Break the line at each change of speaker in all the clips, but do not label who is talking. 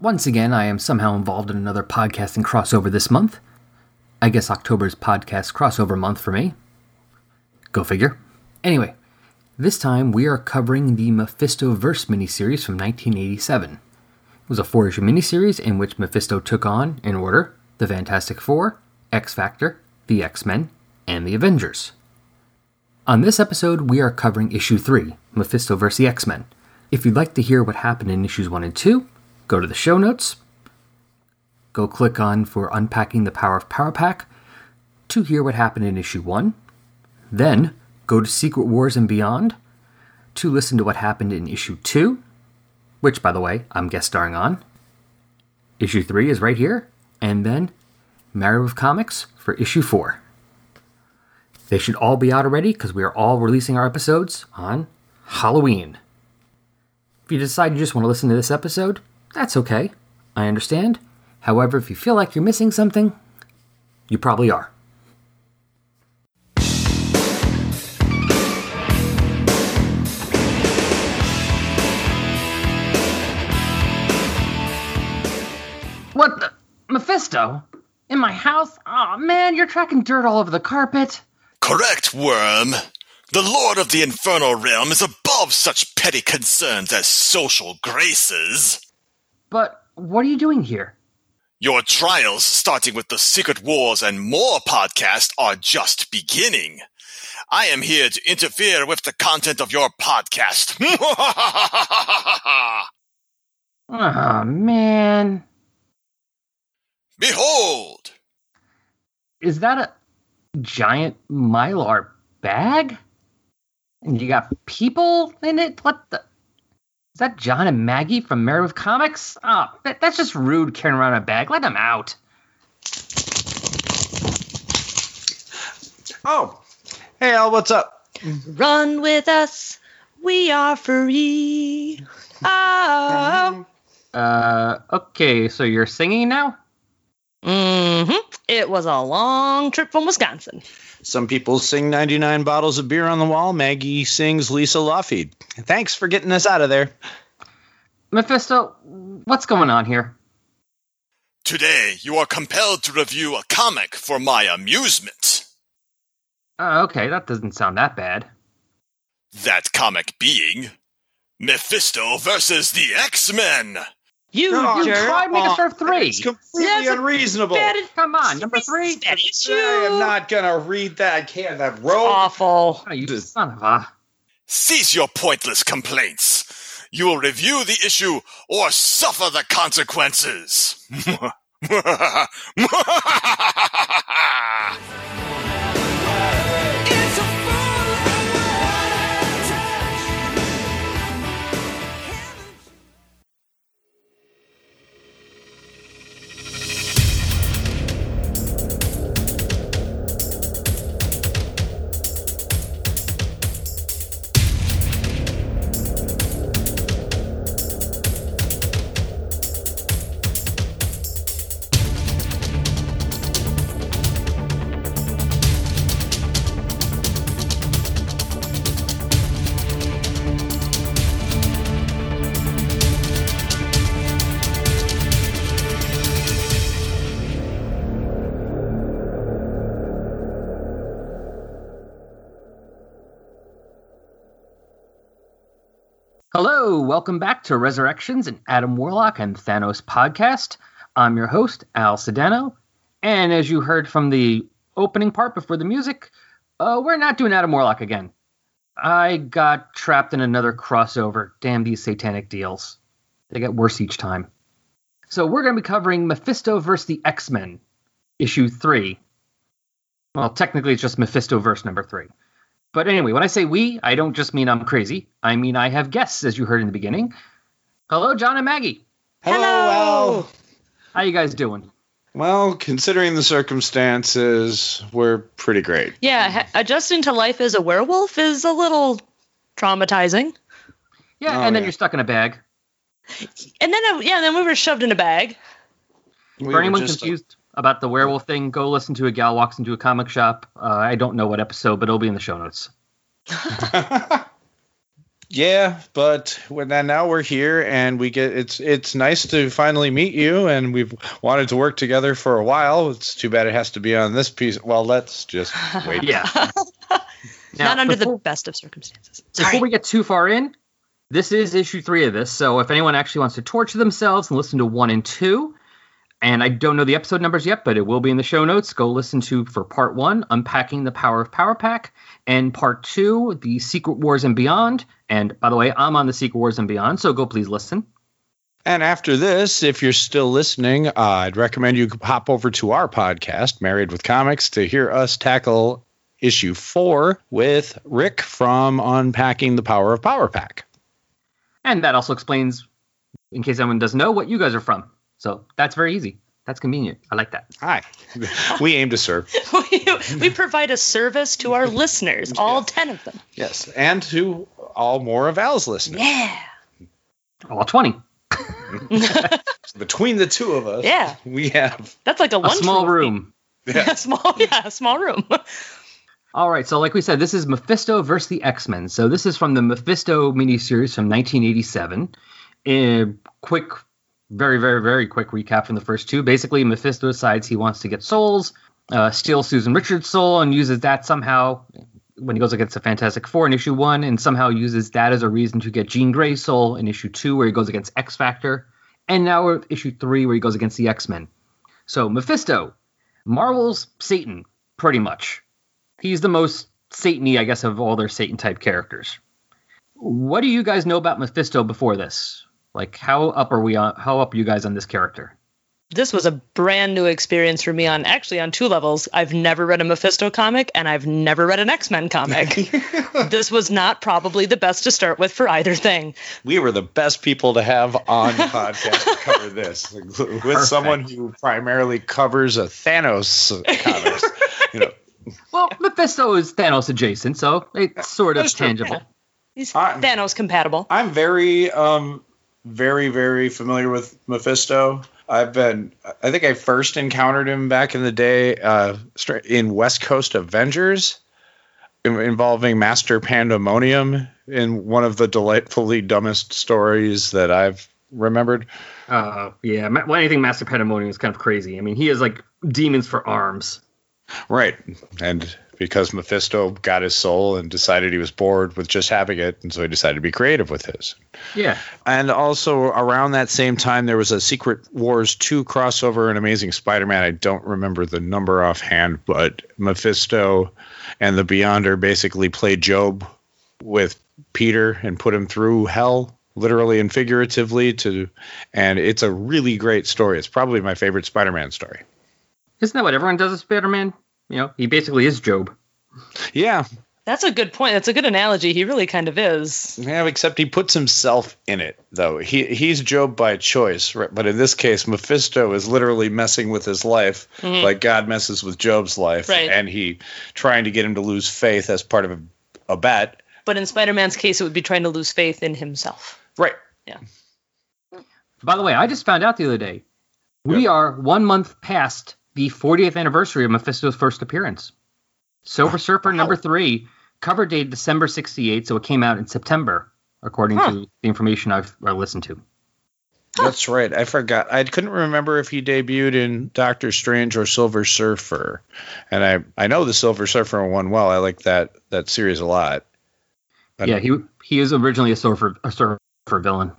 Once again, I am somehow involved in another podcasting crossover this month. I guess October's podcast crossover month for me. Go figure. Anyway, this time we are covering the Mephisto Verse miniseries from 1987. It was a four issue miniseries in which Mephisto took on, in order, the Fantastic Four, X Factor, the X Men, and the Avengers. On this episode, we are covering issue 3, Mephisto vs. the X Men. If you'd like to hear what happened in issues 1 and 2, go to the show notes, go click on for Unpacking the Power of Power Pack to hear what happened in issue 1, then go to Secret Wars and Beyond to listen to what happened in issue 2, which, by the way, I'm guest starring on. Issue 3 is right here, and then Married with Comics for issue 4. They should all be out already because we are all releasing our episodes on Halloween. If you decide you just want to listen to this episode, that's okay. I understand. However, if you feel like you're missing something, you probably are. What the? Mephisto? In my house? Aw, man, you're tracking dirt all over the carpet.
Correct, worm. The Lord of the Infernal Realm is above such petty concerns as social graces.
But what are you doing here?
Your trials, starting with the Secret Wars and More podcast, are just beginning. I am here to interfere with the content of your podcast.
Aw, man.
Behold!
Is that a giant mylar bag? And you got people in it? What the? Is that John and Maggie from Meredith Comics? Ah, that, that's just rude carrying around a bag. Let them out.
Oh, hey Al, what's up?
Run with us. We are free. Oh.
Uh, okay, so you're singing now?
hmm It was a long trip from Wisconsin.
Some people sing 99 bottles of beer on the wall. Maggie sings Lisa Lougheed. Thanks for getting us out of there.
Mephisto, what's going on here?
Today, you are compelled to review a comic for my amusement.
Uh, okay, that doesn't sound that bad.
That comic being Mephisto versus the X Men.
You
Oh,
You
jerk.
tried me to
Oh,
serve three.
It's completely
That's a
unreasonable.
That
I
is
Come on, number three.
that issue.
am not gonna read that. I can't. That roll.
awful.
Oh, you son of a.
Cease your pointless complaints. You will review the issue or suffer the consequences.
Hello, welcome back to Resurrections and Adam Warlock and Thanos podcast. I'm your host, Al Sedano. And as you heard from the opening part before the music, uh, we're not doing Adam Warlock again. I got trapped in another crossover. Damn these satanic deals. They get worse each time. So we're going to be covering Mephisto versus the X Men, issue three. Well, technically, it's just Mephisto verse number three. But anyway, when I say we, I don't just mean I'm crazy. I mean I have guests, as you heard in the beginning. Hello, John and Maggie.
Hello.
Al.
How you guys doing?
Well, considering the circumstances, we're pretty great.
Yeah, ha- adjusting to life as a werewolf is a little traumatizing.
Yeah,
Oh,
and then
yeah.
you're stuck in a bag.
And then, uh, yeah, then we were shoved in a bag.
We
For
were
anyone
just- uh,
confused about the werewolf thing, go listen to a gal walks into a comic shop. Uh, I don't know what episode, but it'll be in the show notes.
Yeah, but when that now we're here and we get it's it's nice to finally meet you and we've wanted to work together for a while. It's too bad it has to be on this piece. Well, let's just wait.
Yeah. Now,
Not under the
before-
best of circumstances.
Before
Sorry.
we get too far in, this is issue three of this. So if anyone actually wants to torture themselves and listen to one and two, and I don't know the episode numbers yet, but it will be in the show notes. Go listen to for part one, Unpacking the Power of Power Pack, and part two, The Secret Wars and Beyond. And by the way, I'm on The Secret Wars and Beyond, so go please listen.
And after this, if you're still listening, uh, I'd recommend you hop over to our podcast, Married with Comics, to hear us tackle issue four with Rick from Unpacking the Power of Power Pack.
And that also explains, in case anyone doesn't know, what you guys are from. So that's very easy. That's convenient. I like that.
Hi. we aim to serve.
we, we provide a service to our listeners, all 10 of them.
Yes. And to all more of Al's listeners.
Yeah.
All 20.
Between the two of us,
Yeah.
we have
That's like a
A
lunch
small
room.
room.
Yeah, small, yeah, a small room.
All right, so like we said, this is Mephisto versus the X Men. So this is from the Mephisto miniseries from 1987. A quick, very, very, very quick recap from the first two. Basically, Mephisto decides he wants to get souls, uh, steal Susan Richards' soul, and uses that somehow when he goes against the Fantastic Four in issue one, and somehow uses that as a reason to get Jean Grey's soul in issue two, where he goes against X Factor, and now we're at issue three, where he goes against the X Men. So Mephisto, Marvel's Satan, pretty much he's the most Satan-y, I guess, of all their Satan type characters. What do you guys know about Mephisto before this? Like, how up are we on? How up are you guys on this character?
this was a brand new experience for me on actually on two levels. I've never read a Mephisto comic and I've never read an X-Men comic. this was not probably the best to start with for either thing.
we were the best people to have on the podcast to cover this with someone who primarily covers a Thanos comics. You know,
Well, Mephisto is Thanos adjacent, so it's sort of
That's true.
tangible.
He's
I'm-
Thanos compatible.
I'm very, um, very, very familiar with Mephisto. I've been, I think I first encountered him back in the day uh, stra- in West Coast Avengers in- involving Master Pandemonium in one of the delightfully dumbest stories that I've remembered.
Uh, yeah, ma- well, anything Master Pandemonium is kind of crazy. I mean, he has like demons for arms.
Right. And because Mephisto got his soul and decided he was bored with just having it, and so he decided to be creative with his.
Yeah,
And also around that same time, there was a Secret Wars 2 crossover and Amazing Spider Man. I don't remember the number offhand, but Mephisto and the Beyonder basically played Job with Peter and put him through hell, literally and figuratively. To And it's a really great story. It's probably my favorite Spider Man story.
isn't that what everyone does as Spider-Man? You know, he basically is Job.
Yeah.
That's a good point. That's a good analogy. He really kind of is.
Yeah, except he puts himself in it, though. He he's Job by choice, right? but in this case, Mephisto is literally messing with his life, like God messes with Job's life,
Right.
and he trying to get him to lose faith as part of a, a bet.
But in Spider-Man's case, it would be trying to lose faith in himself.
Right.
By the way, I just found out the other day we are one month past the 40th anniversary of Mephisto's first appearance. Silver Surfer number three, cover date December 68, so it came out in September, according
Huh.
to the information I've I listened to.
That's right. I forgot. I couldn't remember if he debuted in Doctor Strange or Silver Surfer, and I I know the Silver Surfer one well. I like that that series a lot. But-
yeah, he he is originally a surfer a surfer villain,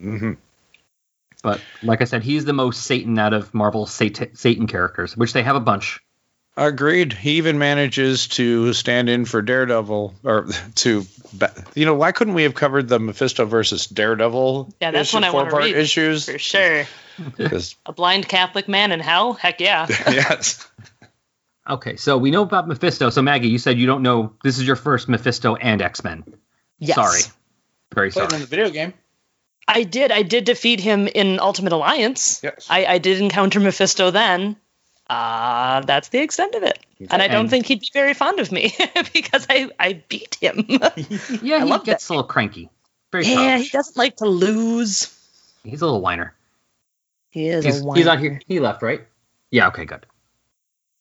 hmm
but like I said, he's the most Satan out of Marvel's Satan, Satan characters, which they have a bunch.
Agreed. He even manages to stand in for Daredevil, or to, you know, why couldn't we have covered the Mephisto versus Daredevil?
Yeah, that's
issue-
one I wanna
four-part
read.
Issues.
For sure.
'Cause-
A blind Catholic man in hell? Heck yeah.
yes.
Okay, so we know about Mephisto. So Maggie, you said you don't know. This is your first Mephisto and X Men.
Yes.
Sorry, very
Played in
sorry.
the video game.
I did. I did defeat him in Ultimate Alliance.
Yes.
I, I did encounter Mephisto then. Uh, that's the extent of it. And I don't
And-
think he'd be very fond of me because I, I beat him.
Yeah, he
love
gets a little cranky. Very
yeah, he
childish.
doesn't like to lose.
He's a little whiner.
He is
He's,
a
he's
whiner.
not here. He left, right? Yeah. Okay. Good.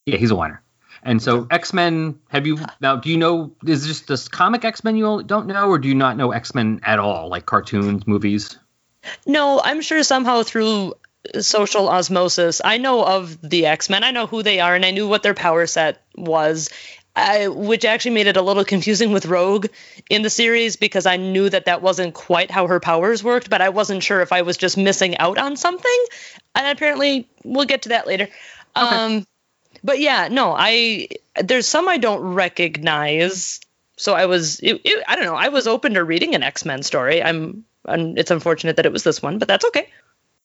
Yeah, he's a whiner. And so X Men, have you now? Do you know? Is this this comic X Men you only- don't know, or do you not know X Men at all, like cartoons, movies?
No, I'm sure somehow through social osmosis, I know of the X Men. I know who they are, and I knew what their power set was, I, which actually made it a little confusing with Rogue in the series because I knew that that wasn't quite how her powers worked, but I wasn't sure if I was just missing out on something. And apparently, we'll get to that later. Um, but yeah, no, I there's some I don't recognize. So I was, it, it, I don't know, I was open to reading an X Men story. I'm, and it's unfortunate that it was this one, but that's okay.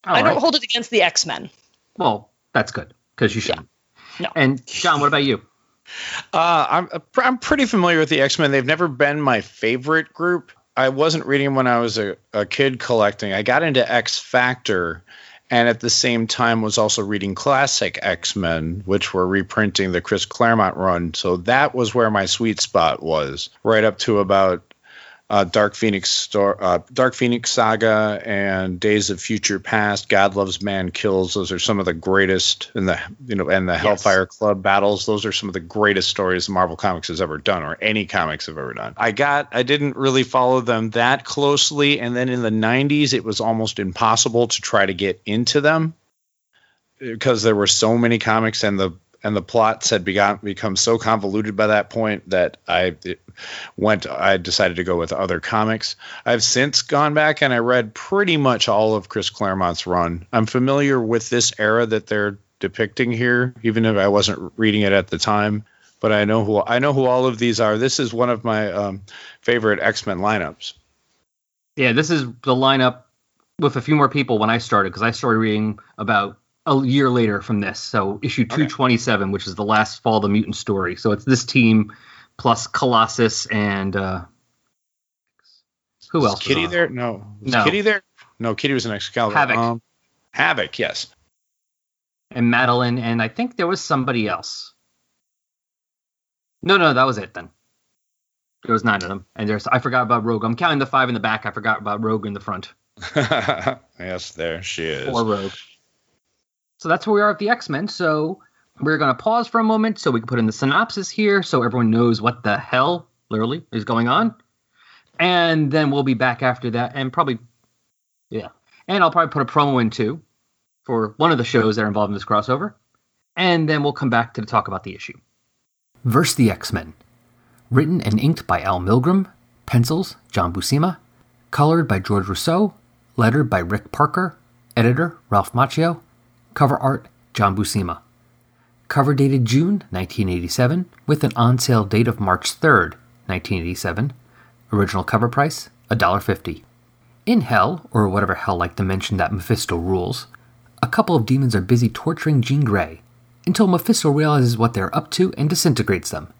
All
I
right.
don't hold it against the X Men.
Well, that's good because you shouldn't.
No.
And John, what about you?
Uh, I'm I'm pretty familiar with the X Men. They've never been my favorite group. I wasn't reading them when I was a, a kid collecting. I got into X Factor, and at the same time was also reading classic X Men, which were reprinting the Chris Claremont run. So that was where my sweet spot was, right up to about uh, Dark Phoenix stor- uh, Dark Phoenix Saga and Days of Future Past, God Loves Man Kills. Those are some of the greatest, and the you know, and the Hellfire Club battles. Those are some of the greatest stories Marvel Comics has ever done, or any comics have ever done. I got, I didn't really follow them that closely, and then in the '90s, it was almost impossible to try to get into them because there were so many comics and the and the plots had begun, become so convoluted by that point that I it went I decided to go with other comics. I've since gone back and I read pretty much all of Chris Claremont's run. I'm familiar with this era that they're depicting here even if I wasn't reading it at the time, but I know who I know who all of these are. This is one of my um, favorite X-Men lineups.
Yeah, this is the lineup with a few more people when I started because I started reading about a year later from this. So issue two twenty seven, which is the last Fall of the Mutant story. So it's this team plus Colossus and uh, who
Was
else? was
Kitty
on?
there? No. Was
No.
Kitty there? No, Kitty was an Excalibur. Um,
Havoc.
Havoc, yes.
and Madeline, and I think there was somebody else. No, no, that was it then. There was nine of them, and there's I forgot about Rogue. I'm counting the five in the back. I forgot about Rogue in the front.
yes, there she is.
Four Rogue. So that's where we are with the X Men. So we're going to pause for a moment so we can put in the synopsis here, so everyone knows what the hell literally is going on, and then we'll be back after that, and probably yeah, and I'll probably put a promo in too for one of the shows that are involved in this crossover, and then we'll come back to talk about the issue. Verse the X Men, written and inked by Al Milgram, pencils John Buscema, colored by George Rousseau, lettered by Rick Parker, editor Ralph Macchio, cover art John Buscema. Cover dated June 1987 with an on sale date of March 3rd, 1987. Original cover price $1.50. In Hell, or whatever hell like dimension that Mephisto rules, a couple of demons are busy torturing Jean Grey until Mephisto realizes what they're up to and disintegrates them.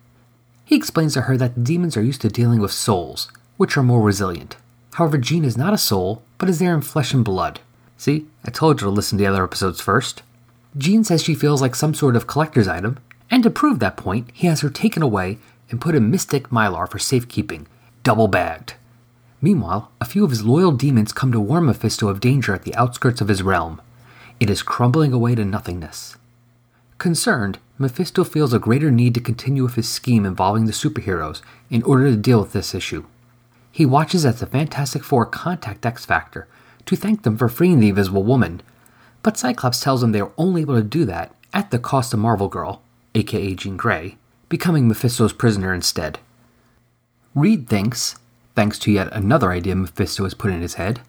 He explains to her that the demons are used to dealing with souls, which are more resilient. However, Jean is not a soul, but is there in flesh and blood. See, I told you to listen to the other episodes first. Jean says she feels like some sort of collector's item, and to prove that point, he has her taken away and put in mystic mylar for safekeeping, double bagged. Meanwhile, a few of his loyal demons come to warn Mephisto of danger at the outskirts of his realm. It is crumbling away to nothingness. Concerned, Mephisto feels a greater need to continue with his scheme involving the superheroes in order to deal with this issue. He watches as the Fantastic Four contact X Factor to thank them for freeing the Invisible Woman, but Cyclops tells him they are only able to do that at the cost of Marvel Girl, aka Jean Grey, becoming Mephisto's prisoner instead. Reed thinks, thanks to yet another idea Mephisto has put in his head,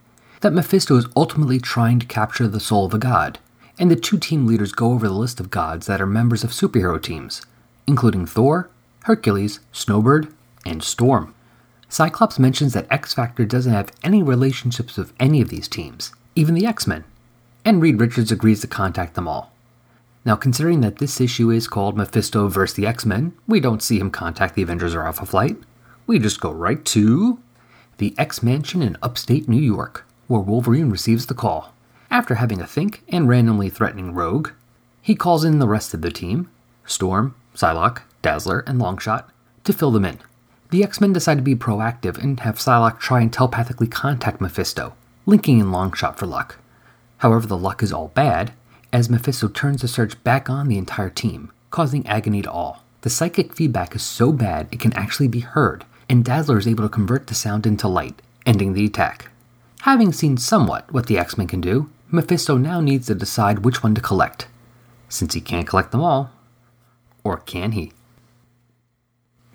that Mephisto is ultimately trying to capture the soul of a god, and the two team leaders go over the list of gods that are members of superhero teams, including Thor, Hercules, Snowbird, and Storm. Cyclops mentions that X Factor doesn't have any relationships with any of these teams, even the X Men, and Reed Richards agrees to contact them all. Now, considering that this issue is called Mephisto vs. the X Men, we don't see him contact the Avengers or Alpha Flight. We just go right to the X Mansion in upstate New York, where Wolverine receives the call. After having a think and randomly threatening Rogue, he calls in the rest of the team Storm, Psylocke, Dazzler, and Longshot to fill them in. The X Men decide to be proactive and have Psylocke try and telepathically contact Mephisto, linking in Longshot for luck. However, the luck is all bad, as Mephisto turns the search back on the entire team, causing agony to all. The psychic feedback is so bad it can actually be heard, and Dazzler is able to convert the sound into light, ending the attack. Having seen somewhat what the X Men can do, Mephisto now needs to decide which one to collect, since he can't collect them all. Or can he?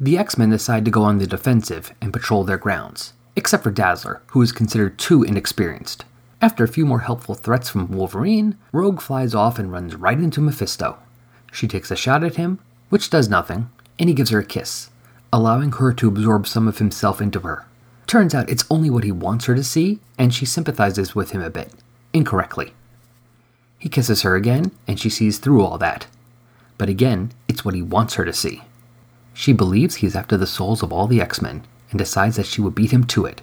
The X Men decide to go on the defensive and patrol their grounds, except for Dazzler, who is considered too inexperienced. After a few more helpful threats from Wolverine, Rogue flies off and runs right into Mephisto. She takes a shot at him, which does nothing, and he gives her a kiss, allowing her to absorb some of himself into her. Turns out it's only what he wants her to see, and she sympathizes with him a bit, incorrectly. He kisses her again, and she sees through all that. But again, it's what he wants her to see. She believes he is after the souls of all the X Men, and decides that she will beat him to it.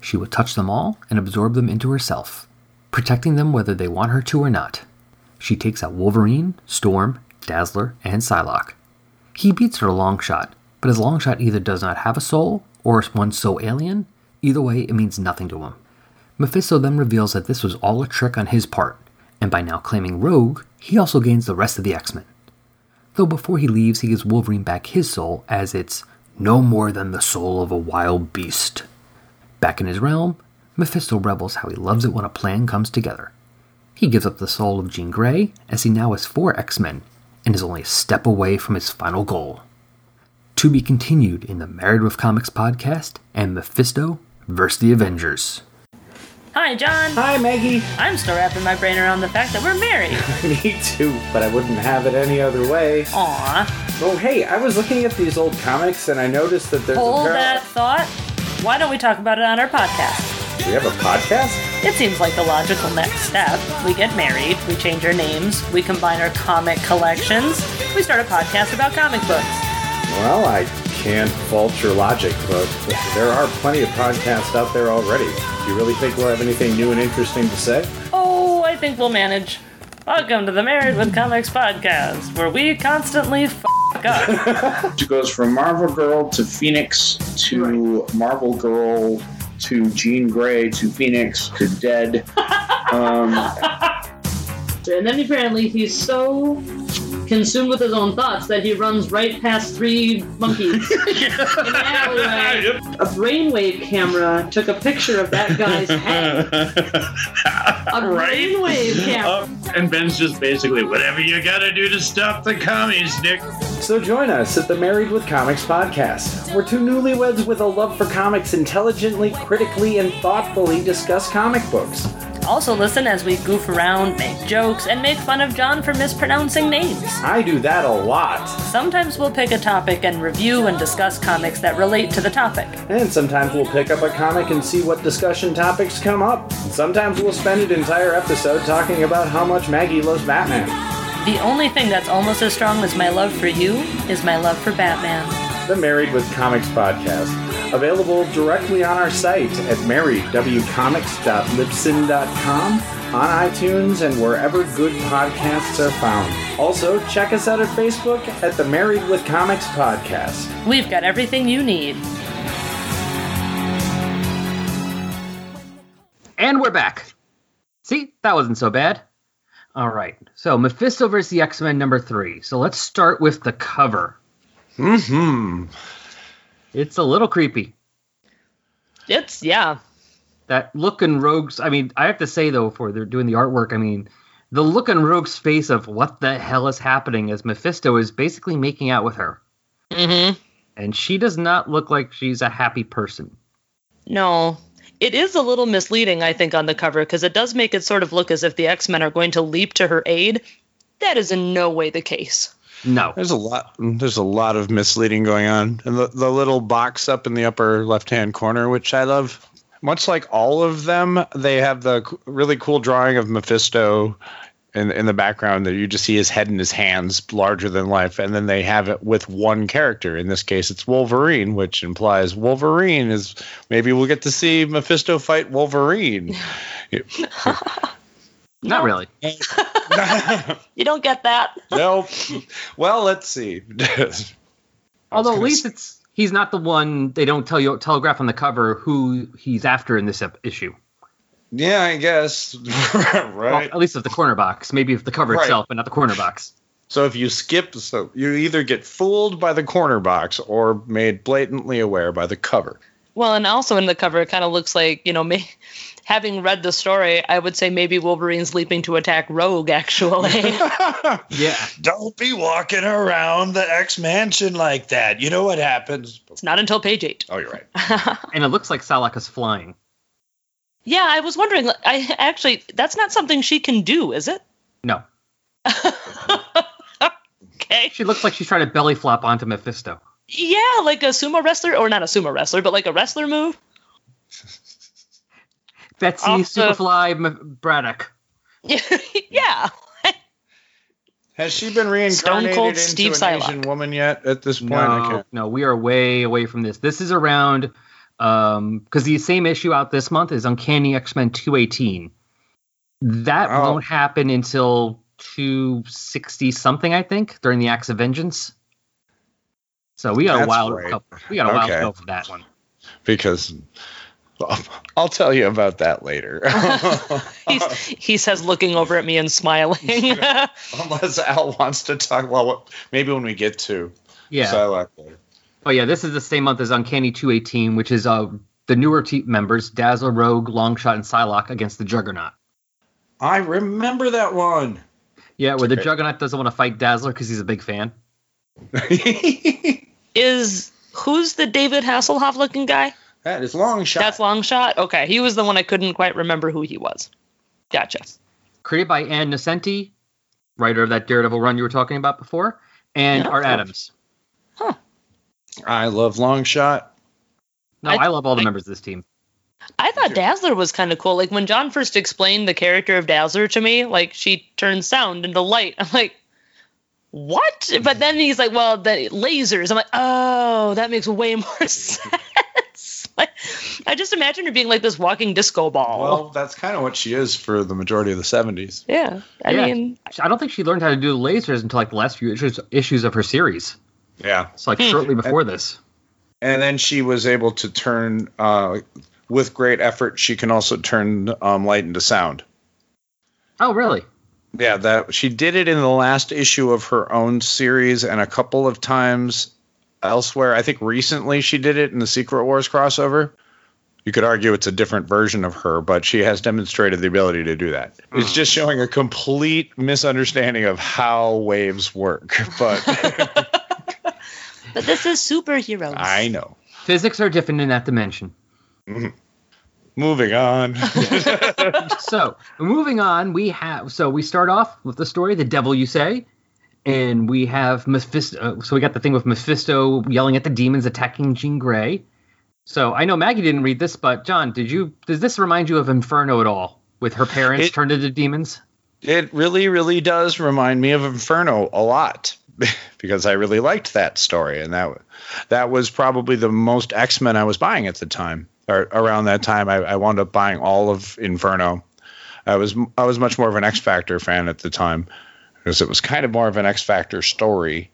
She will touch them all and absorb them into herself, protecting them whether they want her to or not. She takes out Wolverine, Storm, Dazzler, and Psylocke. He beats her to Longshot, but his Longshot either does not have a soul or is one so alien, either way, it means nothing to him. Mephisto then reveals that this was all a trick on his part, and by now claiming Rogue, he also gains the rest of the X Men. Though before he leaves, he gives Wolverine back his soul, as it's no more than the soul of a wild beast. Back in his realm, Mephisto revels how he loves it when a plan comes together. He gives up the soul of Jean Grey, as he now has four X Men, and is only a step away from his final goal. To be continued in the Married with Comics podcast and Mephisto vs. the Avengers.
Hi, John.
Hi, Maggie.
I'm still wrapping my brain around the fact that we're married.
Me too, but I wouldn't have it any other way.
Aw.
Oh, hey, I was looking at these old comics and I noticed that there's
Hold
a pair-
that thought. Why don't we talk about it on our podcast?
We have a podcast?
It seems like the logical next step. We get married, we change our names, we combine our comic collections, we start a podcast about comic books.
Well, I can't fault your logic, but there are plenty of podcasts out there already. Do you really think we'll have anything new and interesting to say?
Oh, I think we'll manage. Welcome to the Married with Comics podcast, where we constantly f up.
She goes from Marvel Girl to Phoenix to Marvel Girl to Jean Grey to Phoenix to Dead. um,
And then apparently he's so consumed with his own thoughts that he runs right past three monkeys. In the alleyway. A brainwave camera took a picture of that guy's head. A
Right?
brainwave camera.
Uh, and Ben's just basically whatever you gotta do to stop the commies, Nick.
So join us at the Married with Comics podcast. We're two newlyweds with a love for comics intelligently, critically, and thoughtfully discuss comic books.
Also, listen as we goof around, make jokes, and make fun of John for mispronouncing names.
I do that a lot.
Sometimes we'll pick a topic and review and discuss comics that relate to the topic.
And sometimes we'll pick up a comic and see what discussion topics come up. And Sometimes we'll spend an entire episode talking about how much Maggie loves Batman.
The only thing that's almost as strong as my love for you is my love for Batman.
The Married with Comics podcast. Available directly on our site at marriedwcomics.libsyn.com, on iTunes, and wherever good podcasts are found. Also, check us out at Facebook at the Married with Comics podcast.
We've got everything you need.
And we're back. See, that wasn't so bad. All right, so Mephisto versus the X Men number three. So let's start with the cover.
Mm-hmm.
It's a little creepy.
It's, yeah.
That look in Rogue's. I mean, I have to say though, for they're doing the artwork. I mean, the look in Rogue's face of what the hell is happening as Mephisto is basically making out with her,
Mm hmm.
and she does not look like she's a happy person.
No. It is a little misleading, I think, on the cover because it does make it sort of look as if the X Men are going to leap to her aid. That is in no way the case.
No,
There's a lot. There's a lot of misleading going on, and the, the little box up in the upper left-hand corner, which I love. Much like all of them, they have the c- really cool drawing of Mephisto in in the background. That you just see his head and his hands, larger than life, and then they have it with one character. In this case, it's Wolverine, which implies Wolverine is maybe we'll get to see Mephisto fight Wolverine.
not really.
You don't get that.
nope. Well, let's see.
Although at least it's he's not the one they don't tell you telegraph on the cover who he's after in this ep- issue.
Yeah, I guess.
Well,
right.
at least of the corner box, maybe of the cover
Right.
itself, but not the corner box.
So if you skip, so you either get fooled by the corner box or made blatantly aware by the cover.
Well, and also in the cover, it kind of looks like you know me. Having read the story, I would say maybe Wolverine's leaping to attack Rogue. Actually,
Yeah.
Don't be walking around the X Mansion like that. You know what happens.
it's not until page eight.
Oh, you're right.
And it looks like Salak is flying.
Yeah, I was wondering. I actually, that's not something she can do, is it?
No.
Okay.
She looks like she's trying to belly flop onto Mephisto.
Yeah, like a sumo wrestler, or not a sumo wrestler, but like a wrestler move.
Betsy
Off the-
Superfly M- Braddock.
yeah.
Has she been reincarnated
Cold
into
Steve
an
Psylocke.
Asian woman yet at this point? I
No,
can't-
no, we are way away from this. This is around because the same issue out this month is Uncanny X Men 218. That
Oh.
won't happen until 260 something, I think, during the Acts of Vengeance. So we got a
That's
while.
right.
to go- We got a while to
Okay.
go for that one.
Because well, I'll tell you about that later.
He's, he says, looking over at me and smiling.
Unless Al wants to talk. Well, maybe when we get to
Yeah.
Psylocke later.
Oh yeah, this is the same month as Uncanny 218, which is uh the newer team members Dazzle, Rogue, Longshot, and Psylocke against the Juggernaut.
I remember that one.
Yeah, where the
Okay.
Juggernaut doesn't want to fight Dazzler because he's a big fan.
Is who's the David Hasselhoff looking guy?
That is long shot.
That's long shot. Okay, he was the one I couldn't quite remember who he was. Gotcha.
Created by Ann Nocenti, writer of that Daredevil run you were talking about before, and
Yeah.
Art Adams.
I love long shot.
No,
I-
I, love all the
I-
members of this team.
I thought Dazzler was kind of cool. Like when John first explained the character of Dazzler to me, like she turns sound into light. I'm like, what? But then he's like, well, the lasers. I'm like, oh, that makes way more sense. like, I just imagine her being like this walking disco ball.
Well, Oh, that's kind of what she is for the majority of the 70s.
yeah. I
Yeah.
mean,
I don't think she learned how to do the lasers until like the last few issues, issues of her series.
Yeah.
It's
Hmm.
like shortly before this.
And then she was able to turn, uh, with great effort, she can also turn um, light into sound.
Oh really?
Yeah, that she did it in the last issue of her own series and a couple of times elsewhere. I think recently she did it in the Secret Wars crossover. You could argue it's a different version of her, but she has demonstrated the ability to do that. It's just showing a complete misunderstanding of how waves work, but
but this is superheroes.
I know.
Physics are different in that dimension.
Moving on.
so moving on we have so we start off with the story the devil you say and we have mephisto uh, so we got the thing with mephisto yelling at the demons attacking jean gray so i know maggie didn't read this but john did you does this remind you of inferno at all with her parents
It-
turned into demons
It really, really does remind me of Inferno a lot because I really liked that story, and that that was probably the most X Men I was buying at the time. Or around that time, I, I wound up buying all of Inferno. I was I was much more of an X Factor fan at the time because it was kind of more of an X Factor story.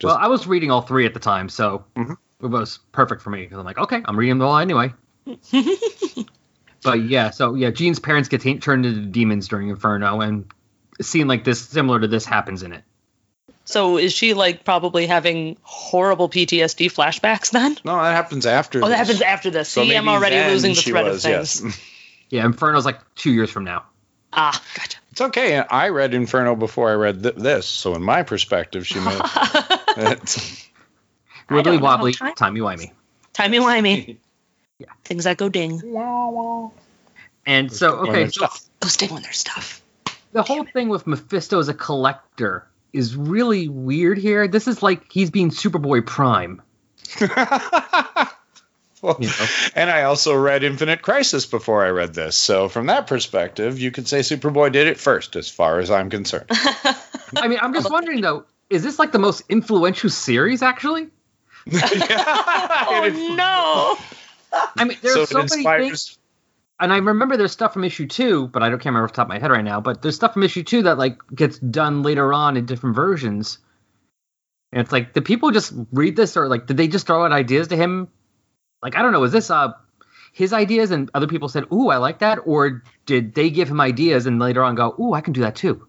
well i was reading all three at the time so it was perfect for me because i'm like okay i'm reading them all anyway but yeah so yeah jean's parents get t- turned into demons during inferno and a scene like this similar to this happens in it
So is she like probably having horrible PTSD flashbacks then?
No, that happens after.
Oh, that
this.
happens after this.
So
See, I'm
maybe
already
then
losing the
she
thread
was,
of
yes.
things.
Yeah, Inferno's like two years from now.
Ah, gotcha.
It's okay. I read Inferno before I read th- this, so in my perspective, she may.
Wibbly
know,
wobbly,
time-
timey wimey.
Timey wimey. Things that go ding.
And so, okay, so
Goes ding when there's stuff.
the whole thing with Mephisto as a collector is really weird here. This is like he's being Superboy Prime.
Well,
You know?
And I also read Infinite Crisis before I read this. So, from that perspective, you could say Superboy did it first, as far as I'm concerned.
I mean, I'm just wondering though, is this like the most influential series actually?
Oh no!
I mean, there's so,
so, it
many things,
inspires.
and I remember there's stuff from issue two, but I don't can't remember off the top of my head right now. But there's stuff from issue two that like gets done later on in different versions. And it's like, did people just read this, or like, did they just throw out ideas to him? Like, I don't know, is this uh his ideas, and other people said, "Ooh, I like that," or did they give him ideas and later on go, "Ooh, I can do that too"?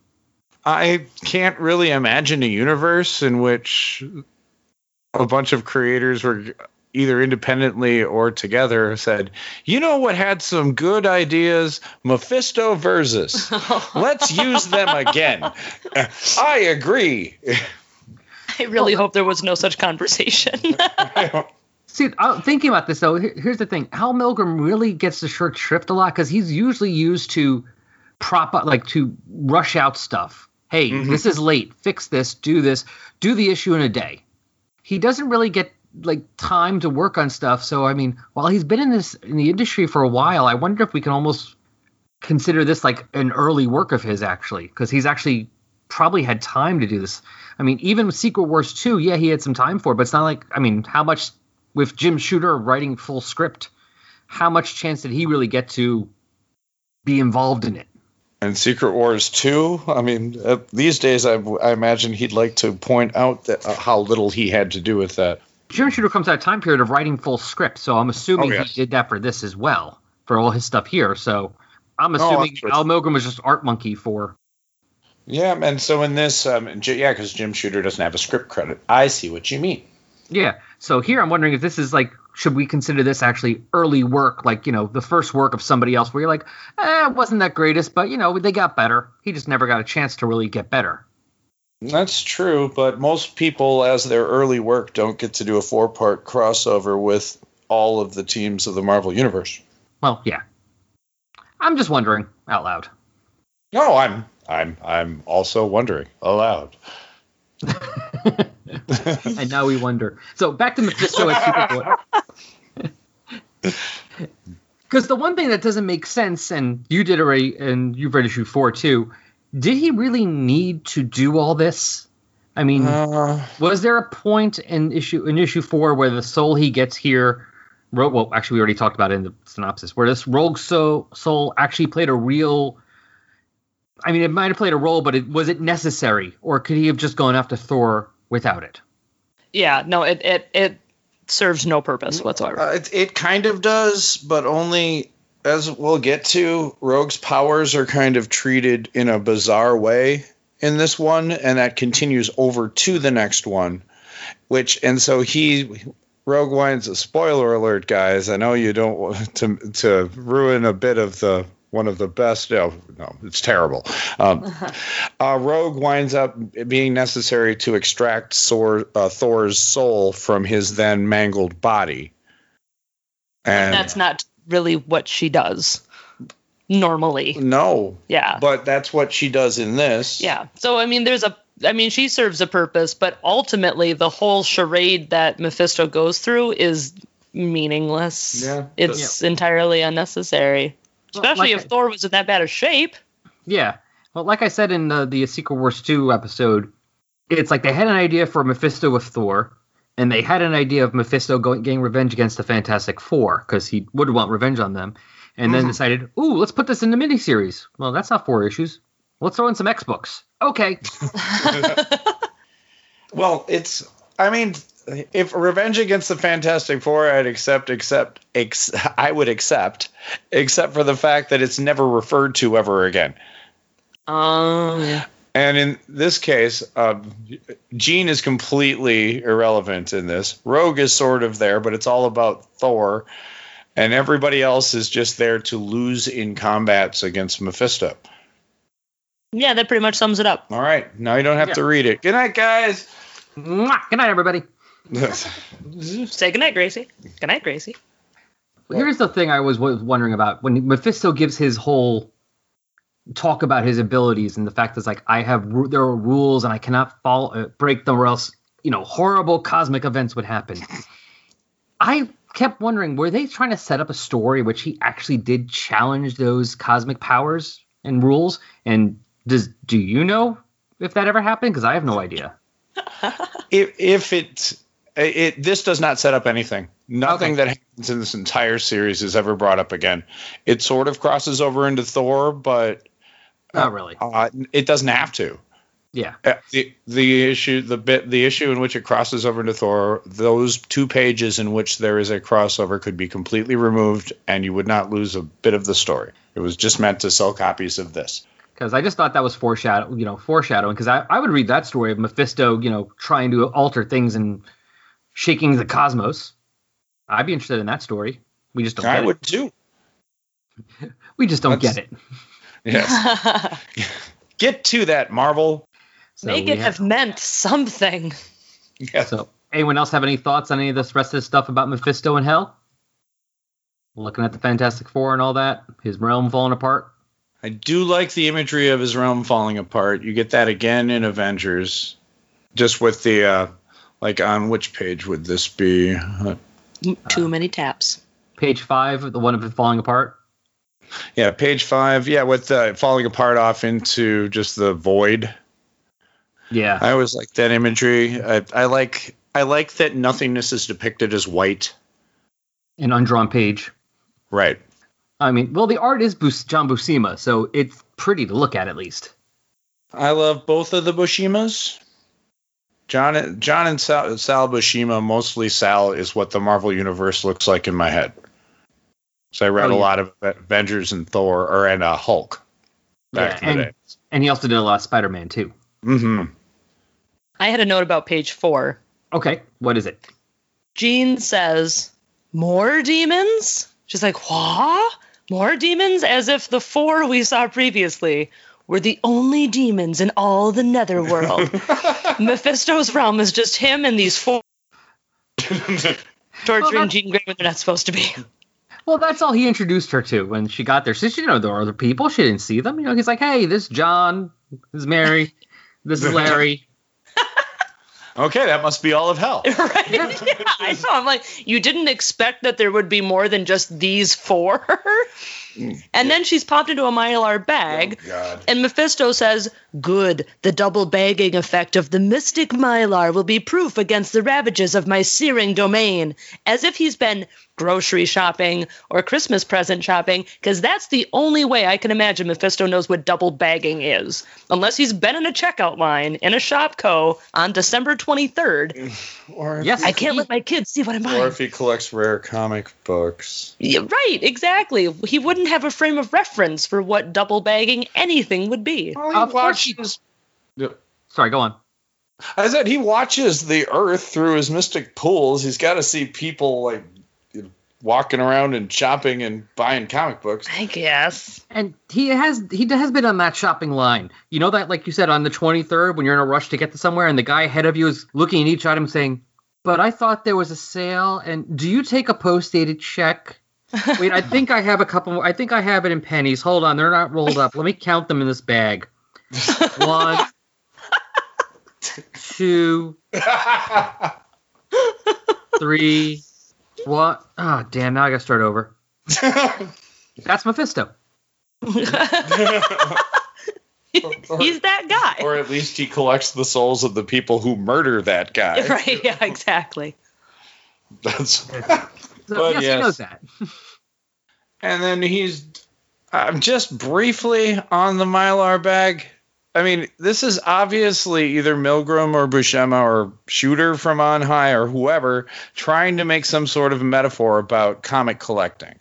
I can't really imagine a universe in which a bunch of creators were either independently or together said, "You know what had some good ideas? Mephisto versus. Let's use them again." I agree.
I really hope there was no such conversation.
See, I, thinking about this though, here- here's the thing: Hal Milgram really gets the short shrift a lot because he's usually used to prop up, like to rush out stuff. Hey, this is late. Fix this. Do this. Do the issue in a day. He doesn't really get like time to work on stuff. So I mean, while he's been in this in the industry for a while, I wonder if we can almost consider this like an early work of his actually, because he's actually probably had time to do this. I mean, even with Secret Wars 2, yeah, he had some time for it, but it's not like I mean, how much with Jim Shooter writing full script, how much chance did he really get to be involved in it?
And Secret Wars 2, I mean, uh, these days I, I imagine he'd like to point out that, uh, how little he had to do with that.
Jim Shooter comes out of a time period of writing full script, so I'm assuming
Oh, yes.
he did that for this as well, for all his stuff here. So I'm
Oh,
assuming
sure.
Al Milgram was just art monkey for
Yeah, and so in this, um, J- yeah, because Jim Shooter doesn't have a script credit. I see what you mean.
Yeah. So here I'm wondering if this is like should we consider this actually early work, like, you know, the first work of somebody else where you're like, eh, it wasn't that greatest, but you know, they got better. He just never got a chance to really get better.
That's true, but most people, as their early work, don't get to do a four part crossover with all of the teams of the Marvel Universe.
Well, yeah. I'm just wondering out loud.
No, I'm I'm I'm also wondering aloud.
and now we wonder. So back to Mephisto and Superboy. Because the one thing that doesn't make sense, and you did already, and you've read issue four too, did he really need to do all this? I mean, was there a point in issue in issue four where the soul he gets here? Ro- well, actually, we already talked about it in the synopsis where this rogue so- soul actually played a real. I mean, it might have played a role, but it, was it necessary, or could he have just gone after Thor without it?
yeah, no, it it it serves no purpose whatsoever.
Uh, it, it kind of does, but only as we'll get to. Rogue's powers are kind of treated in a bizarre way in this one, and that continues over to the next one. Which and so he, Rogue winds a spoiler alert, guys. I know you don't want to to ruin a bit of the one of the best. No, no, it's terrible. Um, uh, Rogue winds up being necessary to extract Sor, uh, Thor's soul from his then mangled body. And
That's not really what she does normally.
no,
Yeah.
but that's what she does in this.
Yeah. So I mean, there's a. I mean, she serves a purpose, but ultimately, the whole charade that Mephisto goes through is meaningless.
Yeah.
It's entirely unnecessary,
Well,
especially
like
if
I-
Thor was in that bad of shape.
Yeah. Well, like I said in the, the Secret Wars 2 episode, it's like they had an idea for Mephisto with Thor, and they had an idea of Mephisto going, getting revenge against the Fantastic Four because he would want revenge on them, and then decided, ooh, let's put this in the miniseries. Well, that's not four issues. Let's throw in some X books. Okay.
Well, it's. I mean, if Revenge Against the Fantastic Four, I'd accept, accept, ex- I would accept, except for the fact that it's never referred to ever again.
Um. Yeah.
And in this case, um, Jean is completely irrelevant in this. Rogue is sort of there, but it's all about Thor, and everybody else is just there to lose in combats against Mephisto.
Yeah, that pretty much sums it up.
All right, now you don't have to read it. Good night, guys.
Mwah! Good night, everybody.
Say goodnight, Gracie. Goodnight, Gracie.
Here's the thing I was wa- wondering about when Mephisto gives his whole talk about his abilities and the fact that like I have ru- there are rules and I cannot fall uh, break them or else you know horrible cosmic events would happen. I kept wondering were they trying to set up a story in which he actually did challenge those cosmic powers and rules and does do you know if that ever happened because I have no idea.
if if it it this does not set up anything. Nothing
Okay.
that happens in this entire series is ever brought up again. It sort of crosses over into Thor, but
Not really.
uh, it doesn't have to.
Yeah.
Uh, The, the issue the bit the issue in which it crosses over into Thor, those two pages in which there is a crossover could be completely removed and you would not lose a bit of the story. It was just meant to sell copies of this.
because I just thought that was foreshadow, you know, foreshadowing. Because I, I would read that story of Mephisto, you know, trying to alter things and shaking the cosmos. I'd be interested in that story. We just don't.
I
get
would too.
it. We just don't
that's-
get it.
Yes. Get to that, Marvel.
So
Make
we
it
have-
have meant something.
Yes.
So, anyone else have any thoughts on any of this rest of this stuff about Mephisto and Hell? Looking at the Fantastic Four and all that, his realm falling apart.
I do like the imagery of his realm falling apart. You get that again in Avengers, just with the uh, like on which page would this be? Uh,
Too many taps.
Page five, the one of it falling apart.
yeah, page five. Yeah, with uh, falling apart off into just the void.
Yeah,
I always like that imagery. I, I like I like that nothingness is depicted as white.
an undrawn page.
Right.
I mean, well, the art is Bus- John Buscema, so it's pretty to look at at least.
I love both of the Bushimas. John, John and Sal, Sal Bushima, mostly Sal, is what the Marvel Universe looks like in my head. So I read
Oh,
a
yeah.
lot of Avengers and Thor, or and uh, Hulk back
Yeah,
in the
and, and he also did a lot of Spider-Man too.
day. hmm
I had a note about page four.
Okay, what is it?
Jean says, More demons? She's like, What? More demons? As if the four we saw previously were the only demons in all the netherworld. Mephisto's realm is just him and these four torturing
Well, that-
Jean Grey when they're not supposed to be.
Well, that's all he introduced her to when she got there. So she didn't know there were other people. She didn't see them. You know, he's like, "Hey, this is John. This is Mary. This is Larry."
Okay, that must be all of hell.
right? Yeah, I know. I'm like, you didn't expect that there would be more than just these four. and then she's popped into a mylar bag.
God.
And Mephisto says, Good, the double bagging effect of the mystic mylar will be proof against the ravages of my searing domain. As if he's been grocery shopping or Christmas present shopping, because that's the only way I can imagine Mephisto knows what double bagging is. Unless he's been in a checkout line in a Shopco on December 23rd.
Or,
Yes,
I can't
he-
let my kids see what I'm
or
buying.
if he collects rare comic books.
Yeah, right, exactly. He wouldn't have a frame of reference for what double bagging anything would be.
Well,
Of
he
course
watches.
Sorry, go on.
I said he watches the Earth through his mystic pools. He's got to see people like walking around and shopping and buying comic books.
I guess.
And he has he has been on that shopping line. You know that, like you said, on the twenty third, when you're in a rush to get to somewhere, and the guy ahead of you is looking at each item, saying, "But I thought there was a sale." And do you take a post dated check? Wait, I think I have a couple. More. I think I have it in pennies. Hold on, they're not rolled up. Let me count them in this bag. One, two, three. What? Ah, damn! Now I got to start over. That's Mephisto.
He's that guy.
or at least he collects the souls of the people who murder that guy.
right, yeah, exactly.
That's,
So,
But
yes,
yes.
he knows that.
and then he's I'm just briefly on the Mylar bag. I mean, this is obviously either Milgram or Buscema or Shooter from on high or whoever trying to make some sort of metaphor about comic collecting.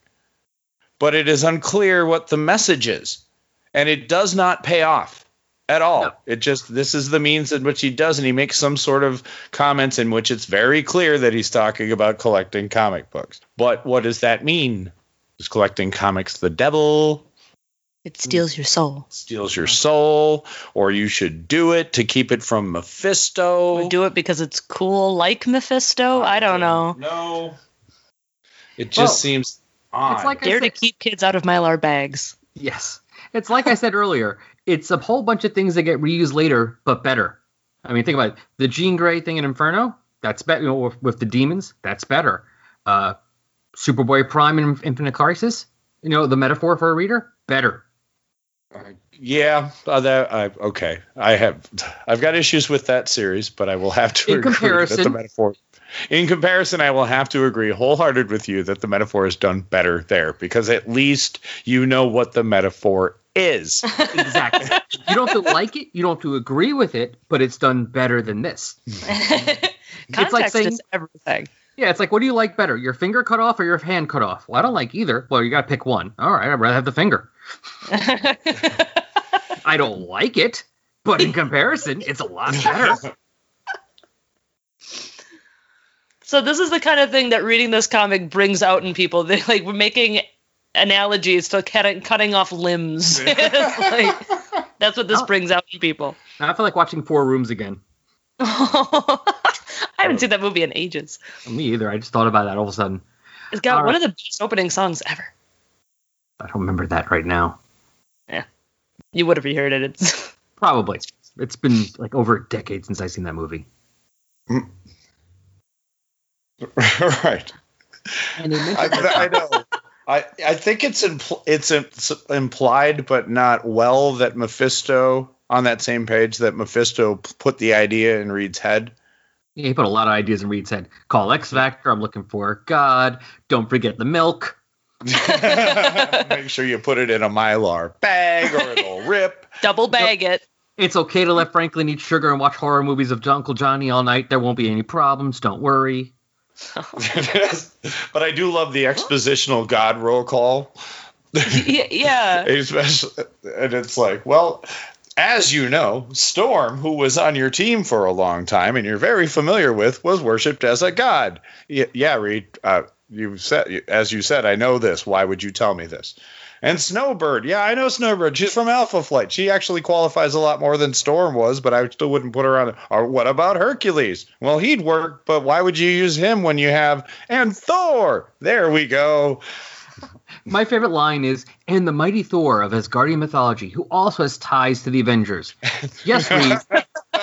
But it is unclear what the message is. And it does not pay off at all.
No.
It just, this is the means in which he does. And he makes some sort of comments in which it's very clear that he's talking about collecting comic books. But what does that mean? Is collecting comics the devil?
It steals your soul.
steals your soul, or you should do it to keep it from Mephisto.
Do it because it's cool, like Mephisto. I don't know.
No. It just
Well,
seems odd.
It's like I
Dare to
said-
keep kids out of mylar bags.
Yes. It's like I said earlier, it's a whole bunch of things that get reused later, but better. I mean, think about it. The Jean Grey thing in Inferno, that's better. You know, with, with the demons, that's better. Uh, Superboy Prime in Infinite Crisis, you know, the metaphor for a reader, better.
yeah, uh, that, I, okay. I have I've got issues with that series, but I will have to
In
agree that the
comparison-
metaphor in comparison, I will have to agree wholehearted with you that the metaphor is done better there because at least you know what the metaphor is.
Exactly. you don't have to like it, you don't have to agree with it, but it's done better than this.
Context
like saying-
is everything.
Yeah, it's like, what do you like better, your finger cut off or your hand cut off? Well, I don't like either. Well, you got to pick one. All right, I'd rather have the finger. I don't like it, but in comparison, it's a lot better.
So this is the kind of thing that reading this comic brings out in people. They like we're making analogies to cutting, cutting off limbs. It's like, that's what this brings out in people.
Now I feel like watching Four Rooms again.
I haven't seen that movie in ages.
Me either. I just thought about that all of a sudden.
It's got
All
one of the best opening songs ever.
I don't remember that right now.
You would have heard it. It's
Probably. It's been like over a decade since I've seen that movie.
right.
And they mentioned
I, I know. I, I think it's impl- it's im- s- implied, but not well, that Mephisto on that same page that Mephisto p- put the idea in Reed's head.
he put a lot of ideas in Reed's head. Call X Factor. I'm looking for God. Don't forget the milk.
Make sure you put it in a mylar bag, or it'll rip.
double bag it.
It's okay to let Franklin eat sugar and watch horror movies of Uncle Johnny all night. There won't be any problems. Don't worry.
but I do love the expositional God roll call.
Y- Yeah.
Especially, and it's like, well, as you know, Storm, who was on your team for a long time and you're very familiar with, was worshipped as a god. Y- yeah, Reed, uh, you said, as you said, I know this. Why would you tell me this? And Snowbird, yeah, I know Snowbird. She's from Alpha Flight. She actually qualifies a lot more than Storm was, but I still wouldn't put her on. Or what about Hercules? Well, he'd work, but why would you use him when you have and Thor? There we go.
My favorite line is, and the mighty Thor of Asgardian mythology, who also has ties to the Avengers. Yes, Reed.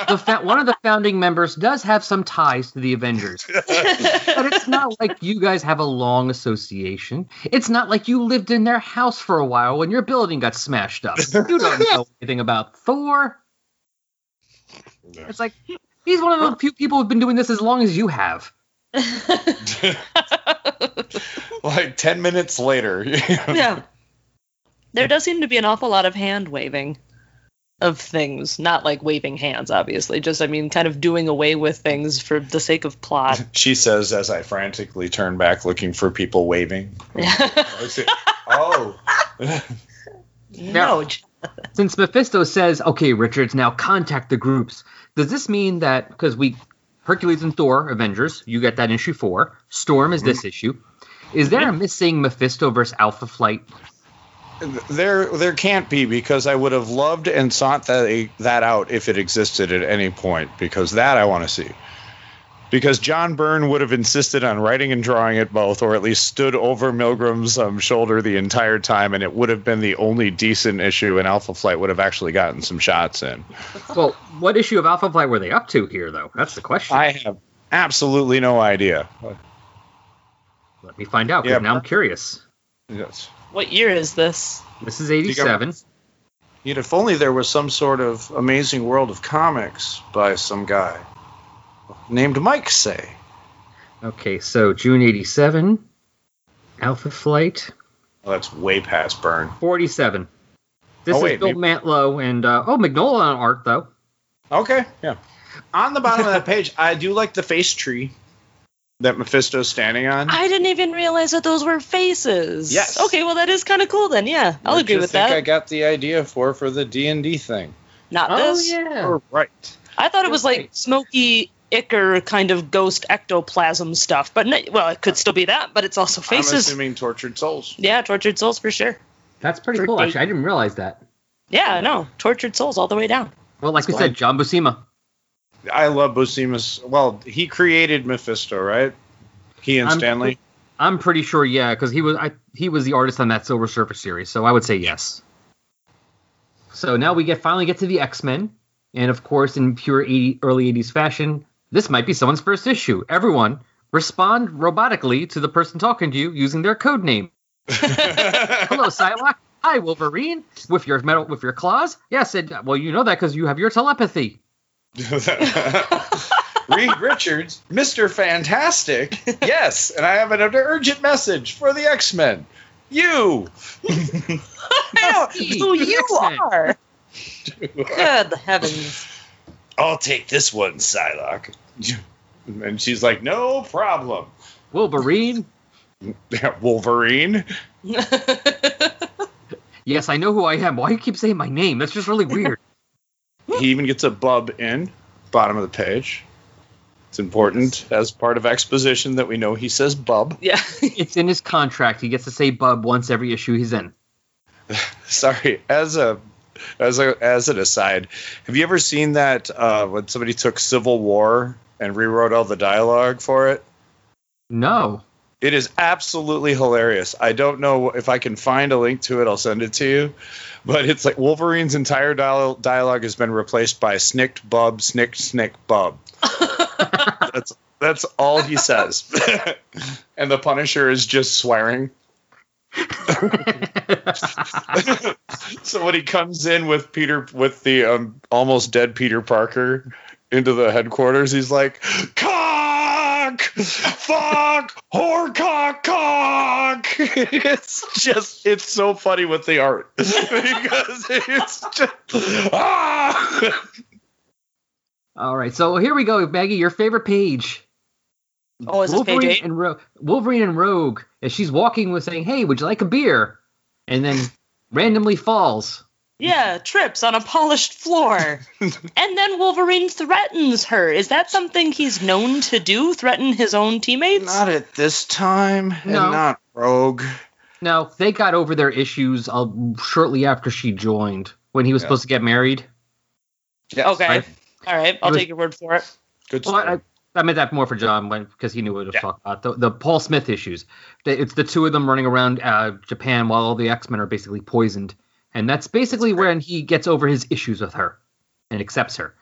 The fa- one of the founding members does have some ties to the Avengers. But it's not like you guys have a long association. It's not like you lived in their house for a while when your building got smashed up. You don't know anything about Thor. It's like, he's one of the few people who've been doing this as long as you have.
Like ten minutes later,
yeah. There does seem to be an awful lot of hand waving of things, not like waving hands, obviously. Just, I mean, kind of doing away with things for the sake of plot.
She says as I frantically turn back looking for people waving. I say, oh,
no, j-
since Mephisto says, "Okay, Richards, now contact the groups." Does this mean that because we Hercules and Thor, Avengers, you get that in issue four. Storm is
Mm-hmm.
this issue. Is there a missing Mephisto versus Alpha Flight?
there there can't be because I would have loved and sought that that out if it existed at any point because that I want to see. Because John Byrne would have insisted on writing and drawing it both, or at least stood over Milgram's um, shoulder the entire time, and it would have been the only decent issue, and Alpha Flight would have actually gotten some shots in.
Well, what issue of Alpha Flight were they up to here, though? That's the question.
I have absolutely no idea.
Let me find out. 'cause
Yeah.
now I'm curious.
Yes.
what year is this?
This is eighty-seven.
Yet if only there was some sort of amazing world of comics by some guy named Mike, say.
Okay, so June eighty-seven. Alpha Flight
Well, Oh, that's way past Burn.
forty-seven. This
Oh,
is
wait,
Bill
maybe-
Mantlo and uh, oh, Magnola on art though.
Okay. Yeah. On the bottom of that page, I do like the face tree that Mephisto's standing on.
I didn't even realize that those were faces.
Yes.
Okay, well, that is kind of cool then. Yeah, I'll
Which
agree
I
with
think
that.
I got the idea for for the D and D thing.
Not this.
Oh, yeah.
All right.
I thought it was like smoky. Icker kind of ghost ectoplasm stuff, but no, well, it could still be that, but it's also
I'm
faces.
assuming tortured souls.
Yeah, tortured souls for sure.
That's pretty
For
cool.
eight-
Actually, I didn't realize that.
Yeah, no, tortured souls all the way down.
Well, like we
Explain.
said, John Buscema.
I love Bosimus. Well, he created Mephisto, right? He and
I'm-
Stanley.
I'm pretty sure, yeah, because he was I, he was the artist on that Silver Surfer series, so I would say yes. So now we get finally get to the X Men, and of course, in pure 80, early '80s fashion, this might be someone's first issue. Everyone respond robotically to the person talking to you using their code name. Hello, Psylocke. Hi, Wolverine. With your metal, with your claws. Yes, and uh, well, you know that because you have your telepathy.
Reed Richards, Mr. Fantastic. Yes, and I have an urgent message for the X Men. You.
I know
Hey,
who you
X-Men.
are. Good heavens.
I'll take this one, Psylocke.
And she's like, no problem.
Wolverine.
Wolverine.
Yes, I know who I am. Why do you keep saying my name? That's just really weird.
He even gets a bub in, bottom of the page. It's important as part of exposition that we know he says bub.
Yeah.
it's in his contract. He gets to say bub once every issue he's in.
Sorry, as a as a as an aside, have you ever seen that uh, when somebody took Civil War and rewrote all the dialogue for it?
No.
It is absolutely hilarious. I don't know if I can find a link to it. I'll send it to you. But it's like Wolverine's entire dial- dialogue has been replaced by snicked bub, snicked snick bub. that's that's all he says. and the Punisher is just swearing. so when he comes in with Peter with the um, almost dead Peter Parker into the headquarters, he's like, "Cock, fuck, whorecock, cock." it's just it's so funny with the art because it's just ah.
All right, so here we go, Maggie. Your favorite page.
Oh, is this
Wolverine
page eight?
and Ro- Wolverine and Rogue, as she's walking, was saying, "Hey, would you like a beer?" And then randomly falls.
Yeah, trips on a polished floor. and then Wolverine threatens her. Is that something he's known to do? Threaten his own teammates?
Not at this time, and
No.
not Rogue.
Now they got over their issues uh, shortly after she joined, when he was
Yeah.
supposed to get married.
okay.
Right.
All right. I'll
It was-
take your word for it.
Good
Well, I,
story.
I- I meant that more for John but- because he knew what I was
Yeah.
talking about. The, the Paul Smith issues. The- It's the two of them running around uh, Japan while all the X Men are basically poisoned, and that's basically when he gets over his issues with her and accepts her.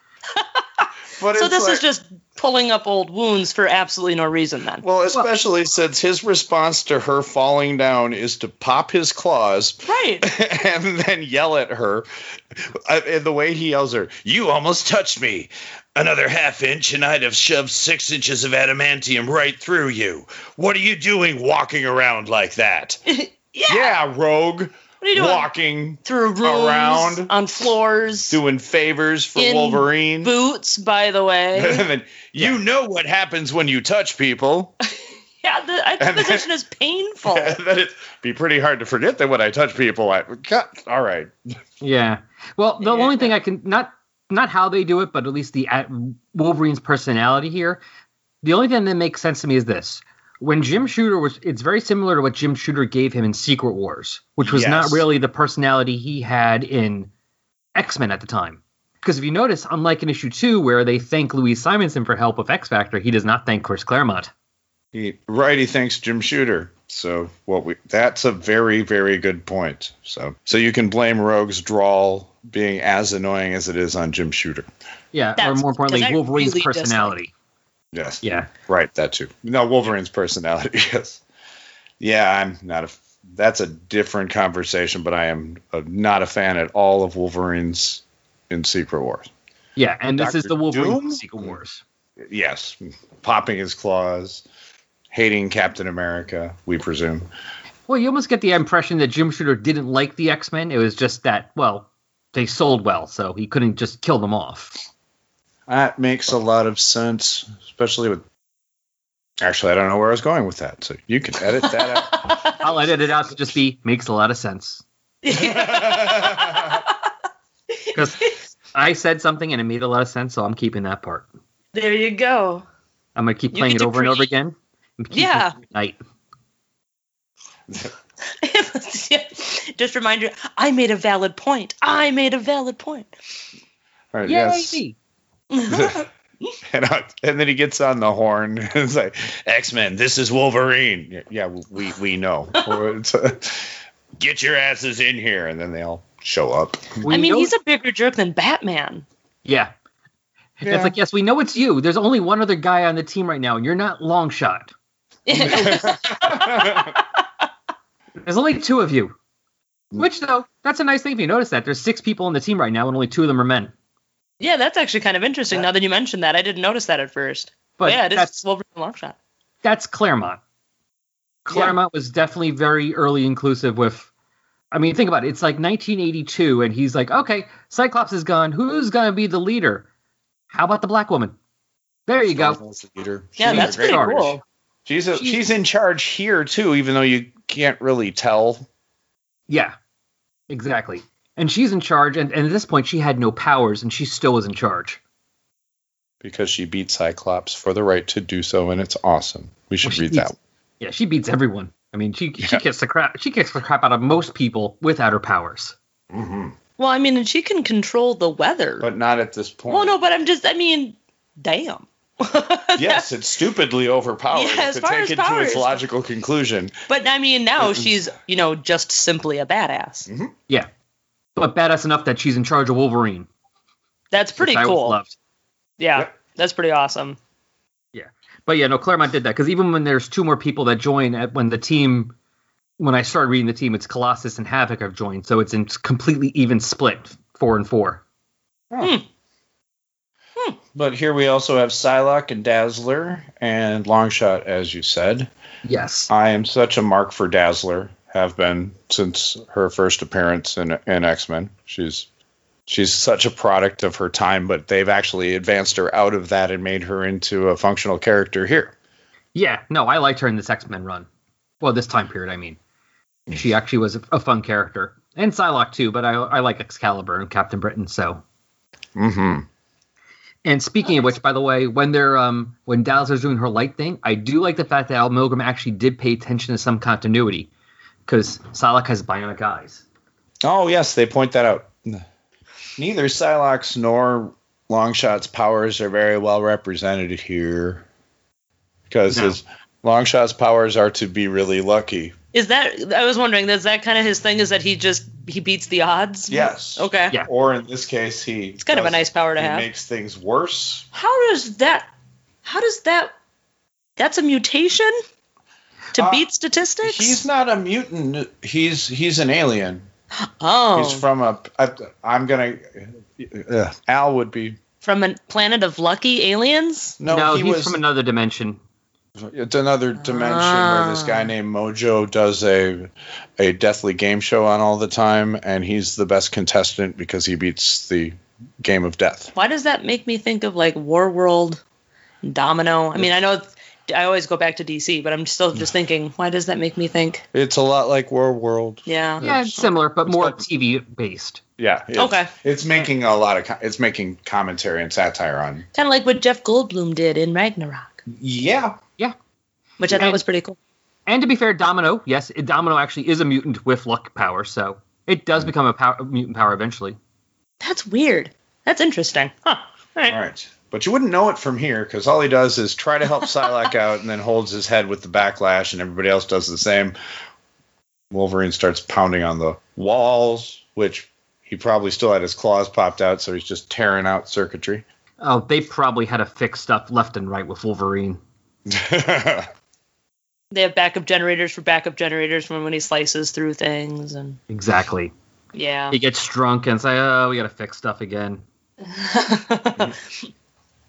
But
So
it's
this
like-
is just pulling up old wounds for absolutely no reason then.
Well, especially since his response to her falling down is to pop his claws
Right.
and then yell at her. Uh, And the way he yells her,
You almost touched me. Another half inch, and I'd have shoved six inches of adamantium right through you. What are you doing walking around like that?
Yeah.
yeah, rogue,
What are you doing?
walking,
Through rooms,
around.
on floors,
doing favors for
In
Wolverine.
boots, by the way.
and then, you know what happens when you touch people.
yeah, the, I, the
And then-
position is painful.
and then it'd be pretty hard to forget that when I touch people, I. God, all right.
Yeah. Well, the
Yeah.
only thing I can not not how they do it, but at least the at Wolverine's personality here. The only thing that makes sense to me is this: when Jim Shooter was, it's very similar to what Jim Shooter gave him in Secret Wars, which was not
Yes.
really the personality he had in X Men at the time. Because if you notice, unlike in issue two, where they thank Louise Simonson for help with X Factor, he does not thank Chris Claremont.
He, right, he thanks Jim Shooter. So what we that's a very, very good point. So so you can blame Rogue's drawl being as annoying as it is on Jim Shooter.
Yeah,
That's-
or more
'cause I
importantly, Wolverine's
really dislike-
personality.
Yes.
Yeah.
Right, that too. No, Wolverine's personality, yes. Yeah, I'm not a that's a different conversation, but I am uh not a fan at all of Wolverine's in Secret Wars.
Yeah, and this is
Dr.
the Wolverine
Doom?
in Secret Wars.
Yes, popping his claws, hating Captain America, we presume.
Well, you almost get the impression that Jim Shooter didn't like the X Men. It was just that, well, they sold well, so he couldn't just kill them off.
That makes a lot of sense, especially with. Actually, I don't know where I was going with that, so you can edit that
I'll edit it out to just be makes a lot of sense. Because I said something and it made a lot of sense, so I'm keeping that part.
there you go.
I'm gonna keep
You
playing
get
it
to
over and over
preach.
again. and keep
Yeah.
listening at Night.
Just remind you, I made a valid point. I made a valid point.
out. Right,
Yay!
yes. And, I- and then he gets on the horn. and it's like X Men. This is Wolverine. Yeah, Yeah, we we know. uh, Get your asses in here, and then they all show up.
We
I mean,
know-
he's a bigger jerk than Batman.
yeah. It's like yes, we know it's you. There's only one other guy on the team right now, and you're not long shot. There's only two of you. Which though, that's a nice thing if you notice that. There's six people on the team right now, and only two of them are men.
yeah, that's actually kind of interesting. Now that you mentioned that, I didn't notice that at first.
But
yeah, it is
that's
Wolverine long shot.
that's Claremont. Claremont was definitely very early inclusive with. I mean, think about it. It's like 1982, and he's like, "Okay, Cyclops is gone. Who's gonna be the leader? How about the black woman? There you go.
Yeah,
She's
that's
a great
pretty
artist.
cool.
She's a, she's in charge here too, even though you can't really tell.
Yeah, Exactly. And she's in charge, and, and at this point, she had no powers, and she still was in charge.
because she beat Cyclops for the right to do so, and it's awesome. We should
Well, she
read
beats-
that.
Yeah, she beats everyone. I mean, she she
Yeah.
kicks the crap she kicks the crap out of most people without her powers.
Well, I mean, and she can control the weather.
But not at this point.
well, no, but I'm just, I mean, damn.
yes, it's stupidly overpowered
Yeah, as
to
far
take
as
it to its
powers.
logical conclusion.
But I mean, now she's, you know, just simply a badass.
Mm-hmm. Yeah, but badass enough that she's in charge of Wolverine.
That's
which
pretty
I always
cool.
loved.
Yeah,
Yep.
that's pretty awesome.
But yeah, no, Claremont did that because even when there's two more people that join at when the team, when I started reading the team, it's Colossus and Havoc have joined, so it's in completely even split, four and four.
But here we also have Psylocke and Dazzler and Longshot, as you said.
Yes,
I am such a mark for Dazzler. Have been since her first appearance in in X Men. She's she's such a product of her time, but they've actually advanced her out of that and made her into a functional character here.
yeah, no, I liked her in this X Men run. Well, this time period, I mean, she actually was a, a fun character, and Psylocke too. But I I like Excalibur and Captain Britain, so
Mm-hmm.
And speaking of which, by the way, when they're um when Dazzler's doing her light thing, I do like the fact that Al Milgram actually did pay attention to some continuity, because Salak has bionic eyes.
Oh yes, they point that out. Neither Psylocke's nor Longshot's powers are very well represented here, because
No.
his Longshot's powers are to be really lucky.
Is that, I was wondering, is that kind of his thing? Is that he just, he beats the odds?
Yes.
Okay.
Yeah.
Or in this case, he.
It's kind of a nice power to
he
have.
makes things worse.
How does that, how does that, that's a mutation? To
Uh,
beat statistics?
He's not a mutant. He's he's an alien.
oh,
He's from a. I, I'm gonna. Uh, Al would be.
from a planet of lucky aliens?
No, he
he's
was.
from another dimension.
it's another dimension where this guy named Mojo does a a deathly game show on all the time, and he's the best contestant because he beats the game of death.
Why does that make me think of like War World, Domino? I mean, I know I always go back to DC, but I'm still just thinking, why does that make me think?
It's a lot like War World.
Yeah.
Yeah, it's similar, but more
like-
TV based.
Yeah. It's,
Okay.
It's making a lot of. co- It's making commentary and satire on.
Kind of like what Jeff Goldblum did in Ragnarok,
Yeah.
which I thought was pretty cool.
And to be fair, Domino, yes, it- Domino actually is a mutant with luck power, so it
Hmm.
does become a, power, a mutant power eventually.
That's weird. That's interesting. Huh. All right.
All right. But you wouldn't know it from here because all he does is try to help Psylocke out and then holds his head with the backlash, and everybody else does the same. Wolverine starts pounding on the walls, which he probably still had his claws popped out, so he's just tearing out circuitry.
Oh, they probably had to fix stuff left and right with Wolverine.
They have backup generators for backup generators from when he slices through things, and
Exactly.
yeah.
He gets drunk and say, "Oh, we got to fix stuff again."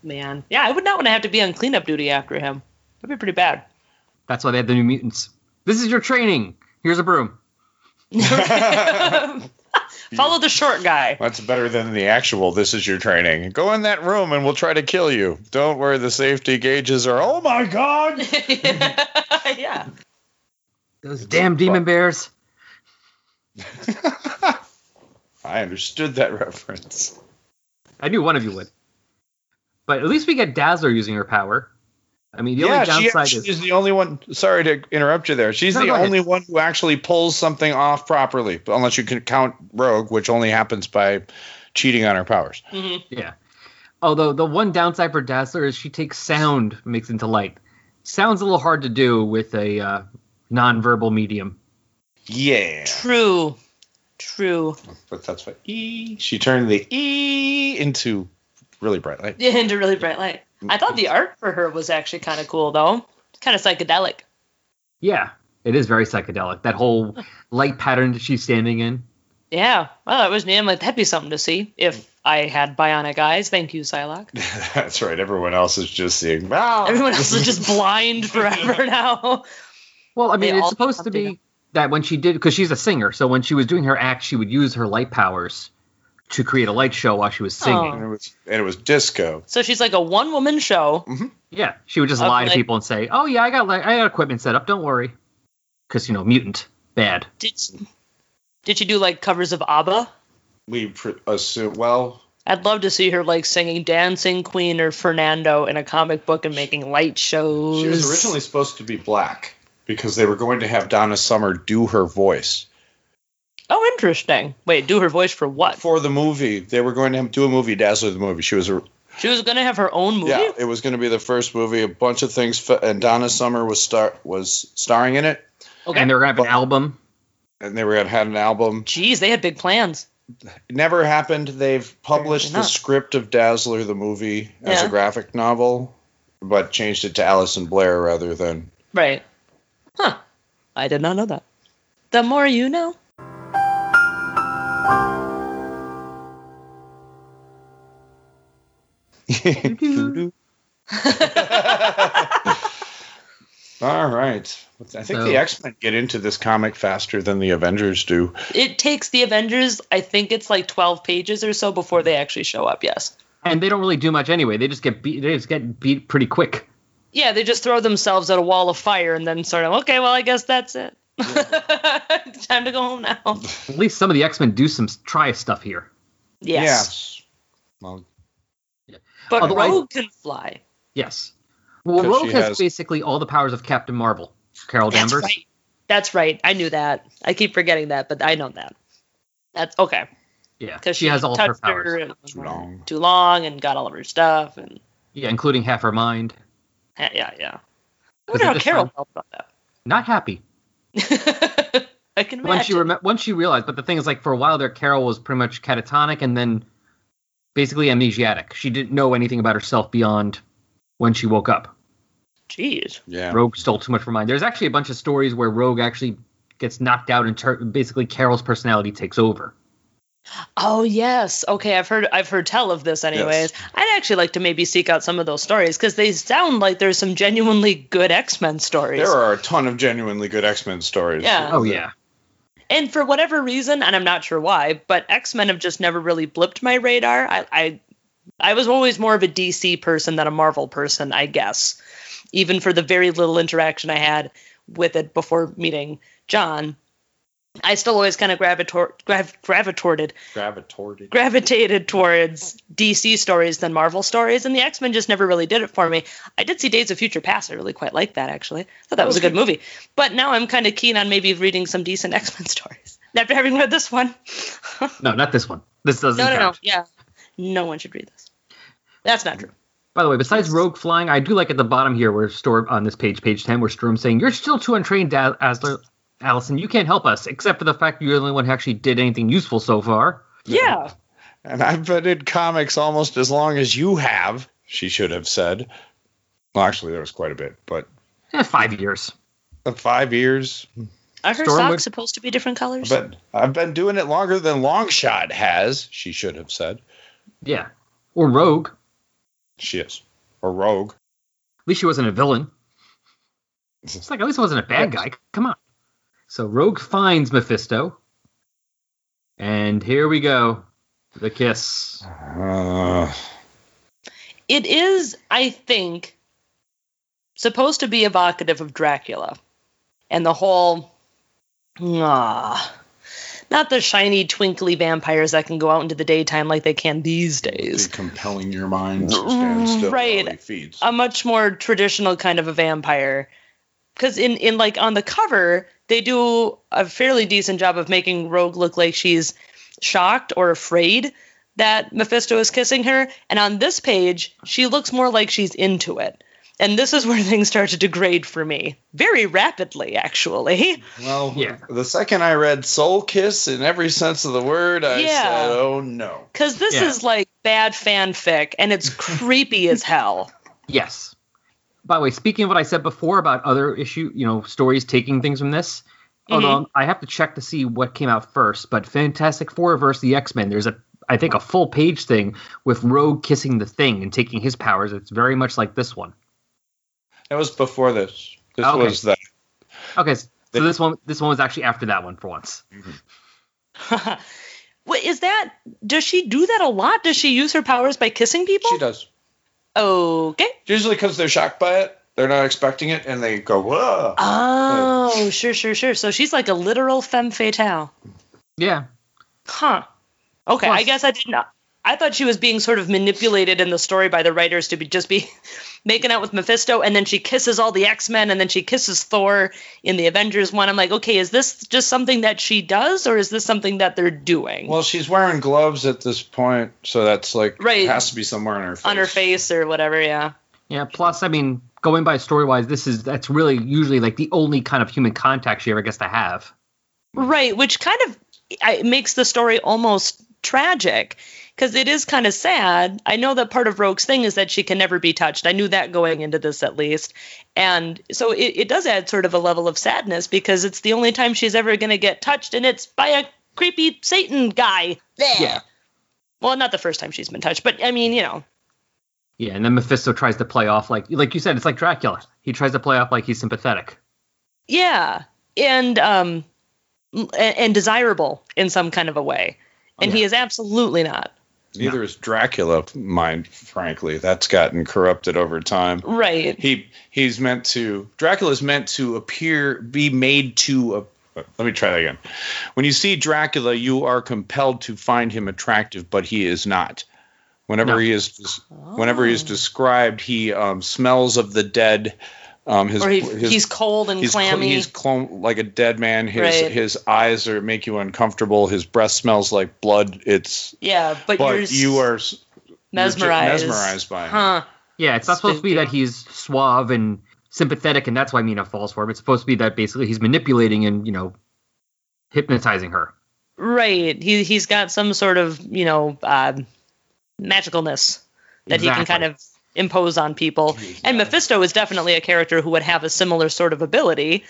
Man, yeah, I would not want to have to be on cleanup duty after him. That'd be pretty bad.
That's why they had the New Mutants. This is your training. Here's a broom.
Follow the short guy.
That's better than the actual. This is your training. Go in that room and we'll try to kill you. Don't worry, the safety gauges are. Oh my god!
yeah.
Those damn demon bears.
I understood that reference.
I knew one of you would. But at least we get Dazzler using her power. I mean, the
yeah,
only
she
downside
actually
is
is the only one. Sorry to interrupt you there. She's
No,
the
go ahead.
only one who actually pulls something off properly, unless you can count Rogue, which only happens by cheating on her powers.
yeah. Although Oh, the one downside for Dazzler is she takes sound, and makes it into light. Sounds a little hard to do with a uh, nonverbal medium.
Yeah,
True. True.
but that's what E. She turned the E into really bright light.
Yeah, into really bright light. I thought the art for her was actually kind of cool, though. Kind of psychedelic.
Yeah, it is very psychedelic. That whole light pattern that she's standing in.
Yeah. Well, that was neat. I'm like, that'd be something to see if I had bionic eyes. Thank you, Psylocke.
That's right. Everyone else is just seeing. "Ah." Wow.
Everyone else is just blind forever now.
Well, I mean,
They
it's
all
supposed to
have
be
data.
that when she did, because she's a singer, so when she was doing her act, she would use her light powers to create a light show while she was singing.
Oh.
and it was and it was disco.
So she's like a one woman show.
Yeah, she would just lie to
Okay.
people and say, "Oh yeah, I got li- I got equipment set up. Don't worry," because you know, mutant bad.
Did Did she do like covers of ABBA?
We pr- assume. Well,
I'd love to see her like singing Dancing Queen or Fernando in a comic book and making light shows.
she was originally supposed to be black because they were going to have Donna Summer do her voice.
Oh, interesting. Wait, do her voice for what?
for the movie. They were going to do a movie, Dazzler the movie. She was a
She was gonna have her own movie.
yeah. It was going to be the first movie. A bunch of things, fa- and Donna Summer was star was starring in it,
Okay.
And they're gonna have an album.
and they were going to have an album.
Jeez, they had big plans.
It never happened. They've published
Apparently
the
not.
script of Dazzler the movie as
Yeah.
a graphic novel, but changed it to Alison Blair rather than.
Right. Huh. I did not know that. The more you know. Mm-hmm.
All right. I think
So-
the X Men get into this comic faster than the Avengers do.
It takes the Avengers, I think it's like 12 pages or so before they actually show up, yes.
And they don't really do much anyway. They just get beat. They just get beat pretty quick.
Yeah, they just throw themselves at a wall of fire and then sort of, okay, well, I guess that's it. Time to go home now.
At least some of the X Men do some s- try stuff here.
Yes.
Yeah. Well,
But
Otherwise-
Rogue can fly.
Yes. Well,
'Cause
Rogue
she
has,
has-
basically all the powers of Captain Marvel, Carol
That's
Danvers.
right. That's right. I knew that. I keep forgetting that, but I know that. That's okay.
Yeah, she,
Because
has all of her
touched
powers.
Her uh, and,
too long.
too long and got all of her stuff. And
Yeah, including half her mind.
yeah, yeah. yeah. I
Because
wonder
at
how
this
Carol
time-
felt about that.
Not happy.
I can imagine.
Once she rem- once she realized, but the thing is, like for a while there, Carol was pretty much catatonic and then basically amnesiac. She didn't know anything about herself beyond when she woke up.
Jeez.
yeah.
Rogue stole too much from mine. There's actually a bunch of stories where Rogue actually gets knocked out and tur basically Carol's personality takes over.
Oh yes. Okay, I've heard I've heard tell of this anyways. I'd actually like to maybe seek out some of those stories because they sound like there's some genuinely good X-Men stories.
There are a ton of genuinely good X Men stories.
Yeah.
Oh yeah,
And for whatever reason, and I'm not sure why, but X-Men have just never really blipped my radar. I I, I was always more of a DC person than a Marvel person, I guess. Even for the very little interaction I had with it before meeting John, I still always kind of gravitor- grav- gravitated
Gravitated.
gravitated towards DC stories than Marvel stories, and the X Men just never really did it for me. I did see Days of Future Past. I really quite liked that, actually. I thought that was a good movie. But now I'm kind of keen on maybe reading some decent X Men stories. After having read this one, no,
no, not this one. This doesn't
no, no,
count.
yeah, no one should read this. That's not true.
By the way, besides Rogue flying, I do like at the bottom here where Storm on this page, page ten, where Storm saying, "You're still too untrained, Da- Asler, Allison. You can't help us, except for the fact you're the only one who actually did anything useful so far."
Yeah,
And I've been in comics almost as long as you have, she should have said. Well, actually, there was quite a bit, but
Eh, five years.
uh, five years.
are her
Storm
socks
would-
supposed to be different colors?
But I've been doing it longer than Longshot has, she should have said.
Yeah, or Rogue. At
She is. Or Rogue.
least she wasn't a villain. It's like at least I wasn't a bad guy. Come on. So Rogue finds Mephisto, and here we go, the kiss.
Uh,
It is, I think, supposed to be evocative of Dracula and the whole. Ah. Not the shiny, twinkly vampires that can go out into the daytime like they can these
be
days.
compelling your mind to stand still
Mm, Right.
while he feeds.
A much more traditional kind of a vampire. Because in, in like on the cover, they do a fairly decent job of making Rogue look like she's shocked or afraid that Mephisto is kissing her. And on this page, she looks more like she's into it. And this is where things start to degrade for me very rapidly, actually.
Well,
Yeah.
the second I read Soul Kiss in every sense of the word, I
Yeah.
said, oh no.
Because this
Yeah.
is like bad fanfic and it's creepy as hell.
Yes. By the way, speaking of what I said before about other issue, you know, stories taking things from this, although I have to check to see what came out first. But Fantastic Four versus the X Men, there's a, I think, a full page thing with Rogue kissing the Thing and taking his powers. It's very much like this one.
That was before this. This
Okay.
was the
Okay, so
The-
this one, this one was actually after that one for once.
What is that? Does she do that a lot? Does she use her powers by kissing people?
She does.
Okay.
Usually because they're shocked by it, they're not expecting it, and they go, whoa.
Oh, sure, sure, sure. So she's like a literal femme fatale.
Yeah.
Huh. Okay, I
Plus-
guess I did not. I thought she was being sort of manipulated in the story by the writers to be just be making out with Mephisto, and then she kisses all the X Men, and then she kisses Thor in the Avengers one. I'm like, okay, is this just something that she does, or is this something that they're doing
Well, she's wearing gloves at this point, so that's like
Right.
it has to be somewhere on her face.
on her face or whatever? Yeah.
Yeah. Plus, I mean, going by story wise, this is that's really usually like the only kind of human contact she ever gets to have.
Right, which kind of I, makes the story almost tragic because it is kind of sad. I know that part of Rogue's thing is that she can never be touched. I knew that going into this at least. And so it, it does add sort of a level of sadness because it's the only time she's ever going to get touched and it's by a creepy Satan guy. Blech.
Yeah.
Well, not the first time she's been touched, but I mean, you know.
Yeah, and then Mephisto tries to play off like like you said, it's like Dracula. He tries to play off like he's sympathetic.
Yeah. And um and, and desirable in some kind of a way. And he is absolutely not.
Neither is Dracula mine, frankly. That's gotten corrupted over time.
Right.
He he's meant to Dracula's meant to appear be made to a let me try that again. When you see Dracula, you are compelled to find him attractive, but he is not. Whenever
No.
he is whenever he is
Oh.
described, he um, smells of the dead. Um, his,
or he,
his-
he's cold and
he's cl-
clammy.
he's clone like a dead man. His
Right.
his eyes are make you uncomfortable. His breath smells like blood. It's
yeah, but, you're
but
s-
you are s- you're just
mesmerized.
mesmerized by him.
Huh.
Yeah, it's not supposed to be that
Spooky.
he's suave and sympathetic, and that's why Mina falls for him. It's supposed to be that basically he's manipulating and you know hypnotizing her.
Right. He he's got some sort of you know um magicalness that he can
Exactly.
kind of impose on people. And Mephisto is definitely a character who would have a similar sort of ability.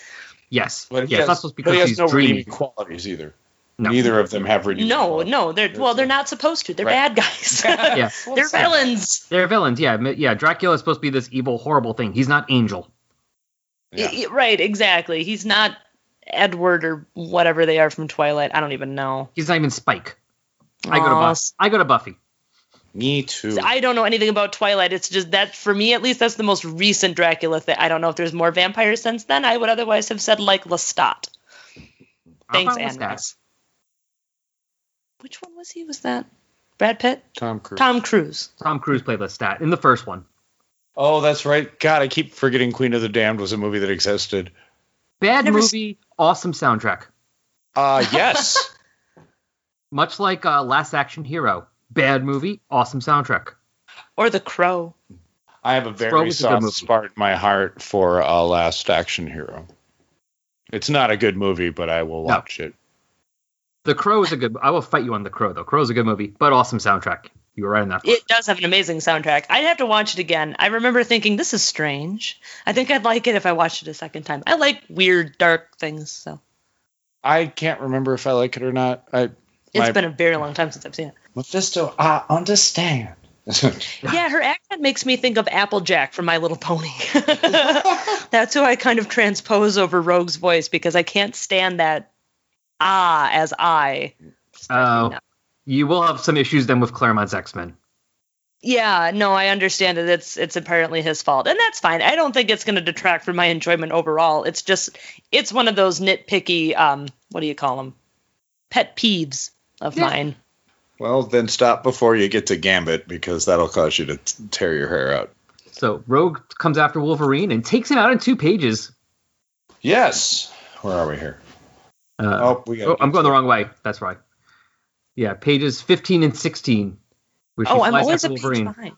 Yes.
But he
yeah, it's
has,
not supposed to be
but he
because
has
he's
no
dreaming.
redeeming qualities either.
No.
Neither of them have redeeming.
No,
qualities.
no, they're well, they're not supposed to. They're
Right.
bad guys.
Yeah.
they're villains.
They're villains, yeah. mi- Yeah, Dracula is supposed to be this evil, horrible thing. He's not angel.
Yeah.
Y- y- Right. Exactly. He's not Edward or whatever they are from Twilight. I don't even know.
He's not even Spike. I go to
Aw,
Buffy. I go to Buffy.
Me too.
I don't know anything about Twilight. It's just that for me, at least, that's the most recent Dracula thing. I don't know if there's more vampires since then. I would otherwise have said like Lestat.
I'm
Thanks,
fine with that.
Animus. Which one was he? Was that Brad Pitt?
Tom Cruise.
Tom Cruise.
Tom Cruise played Lestat in the first one.
oh, that's right. God, I keep forgetting Queen of the Damned was a movie that existed.
Bad
Never s-
movie, awesome soundtrack.
Uh yes.
Much like uh, Last Action Hero, bad movie, awesome soundtrack.
Or The Crow.
I have a
Scroll
very
was a good
soft
movie.
spot in my heart for uh, Last Action Hero. It's not a good movie, but I will
No.
watch it.
The Crow is a good. I will fight you on The Crow though. Crow's a good movie, but awesome soundtrack. You were right on that.
It does have an amazing soundtrack. I'd have to watch it again. I remember thinking, this is strange. I think I'd like it if I watched it a second time. I like weird, dark things, so
I can't remember if I like it or not. I
it's
My-
been a very long time since I've seen it.
Mephisto, I understand.
Yeah, her accent makes me think of Applejack from My Little Pony. That's who I kind of transpose over Rogue's voice because I can't stand that ah as I.
Oh, you will have some issues then with Claremont's X Men.
Yeah, no, I understand it. It's it's apparently his fault, and that's fine. I don't think it's going to detract from my enjoyment overall. It's just it's one of those nitpicky um what do you call them pet peeves of mine.
Well, then stop before you get to Gambit because that'll cause you to t- tear your hair out.
So Rogue comes after Wolverine and takes him out in two pages.
Yes. Where are we here?
Uh,
Oh, we got.
Oh, I'm going the wrong way. That's right. Yeah, pages 15 and 16. Where she
Oh, I'm
flies
always a
after
page
Wolverine.
behind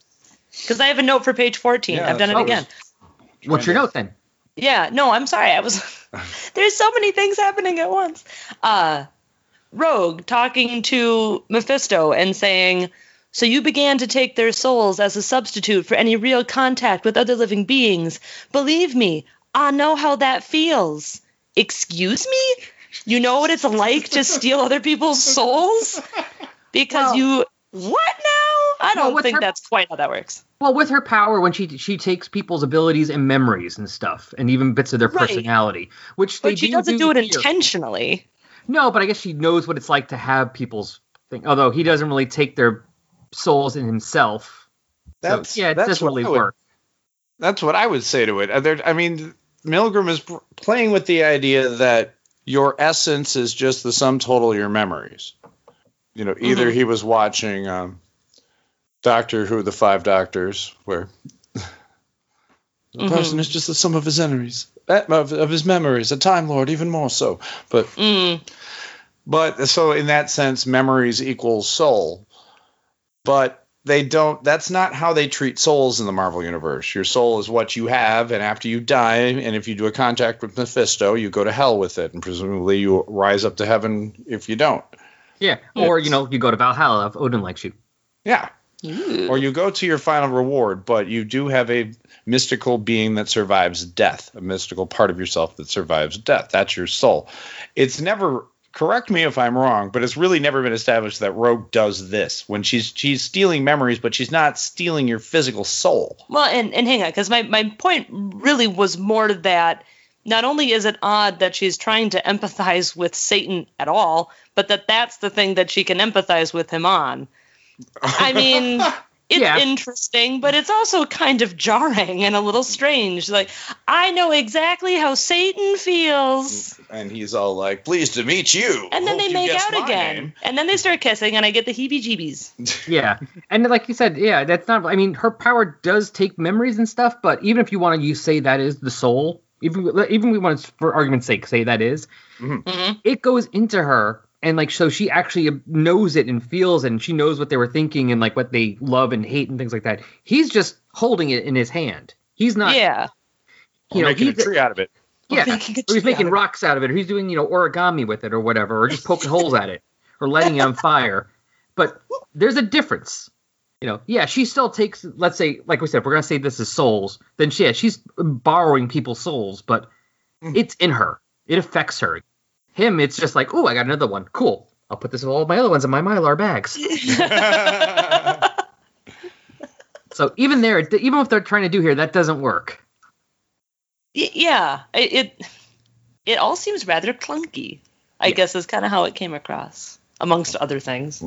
because I have a note for page fourteen.
Yeah,
I've done it
that's
again.
What's your note then?
Yeah, no, I'm sorry. I was there's so many things happening at once. Uh Rogue talking to Mephisto and saying, "So you began to take their souls as a substitute for any real contact with other living beings. Believe me, I know how that feels." Excuse me? You know what it's like to steal other people's souls? Because you what now? I don't
what's
think
her-
that's quite how that works.
Well, with her power, when she she takes people's abilities and memories and stuff, and even bits of their
Right.
personality, which they
But she
do
doesn't do it
here.
intentionally.
No, but I guess she knows what it's like to have people's thing. Although he doesn't really take their souls in himself. So,
That's
yeah, it
that's
doesn't
what
really
I would-
work.
That's what I would say to it. Uh, there- I mean, Milgram is pr- playing with the idea that your essence is just the sum total of your memories. You know, either he was watching um, Doctor Who, the Five Doctors, where the
Mhm.
person is just the sum of his memories, eh, of, of his memories, a Time Lord, even more so. But
Mm.
but so in that sense, memories equals soul. But they don't that's not how they treat souls in the Marvel universe. Your soul is what you have, and after you die, and if you do a contact with Mephisto, you go to hell with it, and presumably you rise up to heaven if you don't.
Yeah. Or, you know, you go to Valhalla if Odin likes you.
Yeah.
Ooh.
Or you go to your final reward, but you do have a mystical being that survives death, a mystical part of yourself that survives death. That's your soul. It's never correct me if I'm wrong, but it's really never been established that Rogue does this when she's she's stealing memories, but she's not stealing your physical soul.
Well, and, and hang on, because my, my point really was more that not only is it odd that she's trying to empathize with Satan at all, but that that's the thing that she can empathize with him on. I mean, it's
Yeah.
interesting, but it's also kind of jarring and a little strange. Like, I know exactly how Satan feels.
And he's all like,
Pleased to meet you.
And then
Hope
they
you
make
guessed
out
my
again.
name.
And then they start kissing, and I get the heebie jeebies.
Yeah. and like you said, yeah, that's not, I mean, her power does take memories and stuff, but even if you want to you say that is the soul, even, even we want to, for argument's sake, say that is,
Mm-hmm.
it goes into her and like so she actually knows it and feels it and she knows what they were thinking and like what they love and hate and things like that he's just holding it in his hand he's not
Yeah.
you know
making a
he's
tree out of it.
yeah
We're making a
or he's
tree out
making
of it.
rocks out of it or he's doing you know origami with it or whatever or just poking holes at it or lighting it on fire but there's a difference you know yeah she still takes let's say like we said if we're gonna say this is souls then she, yeah she's borrowing people's souls but it's in her it affects her him it's just like oh i got another one cool i'll put this with all my other ones in my mylar bags so even there even if they're trying to do here that doesn't work
Y- yeah it, it it all seems rather clunky i guess is kind of how it came across amongst other things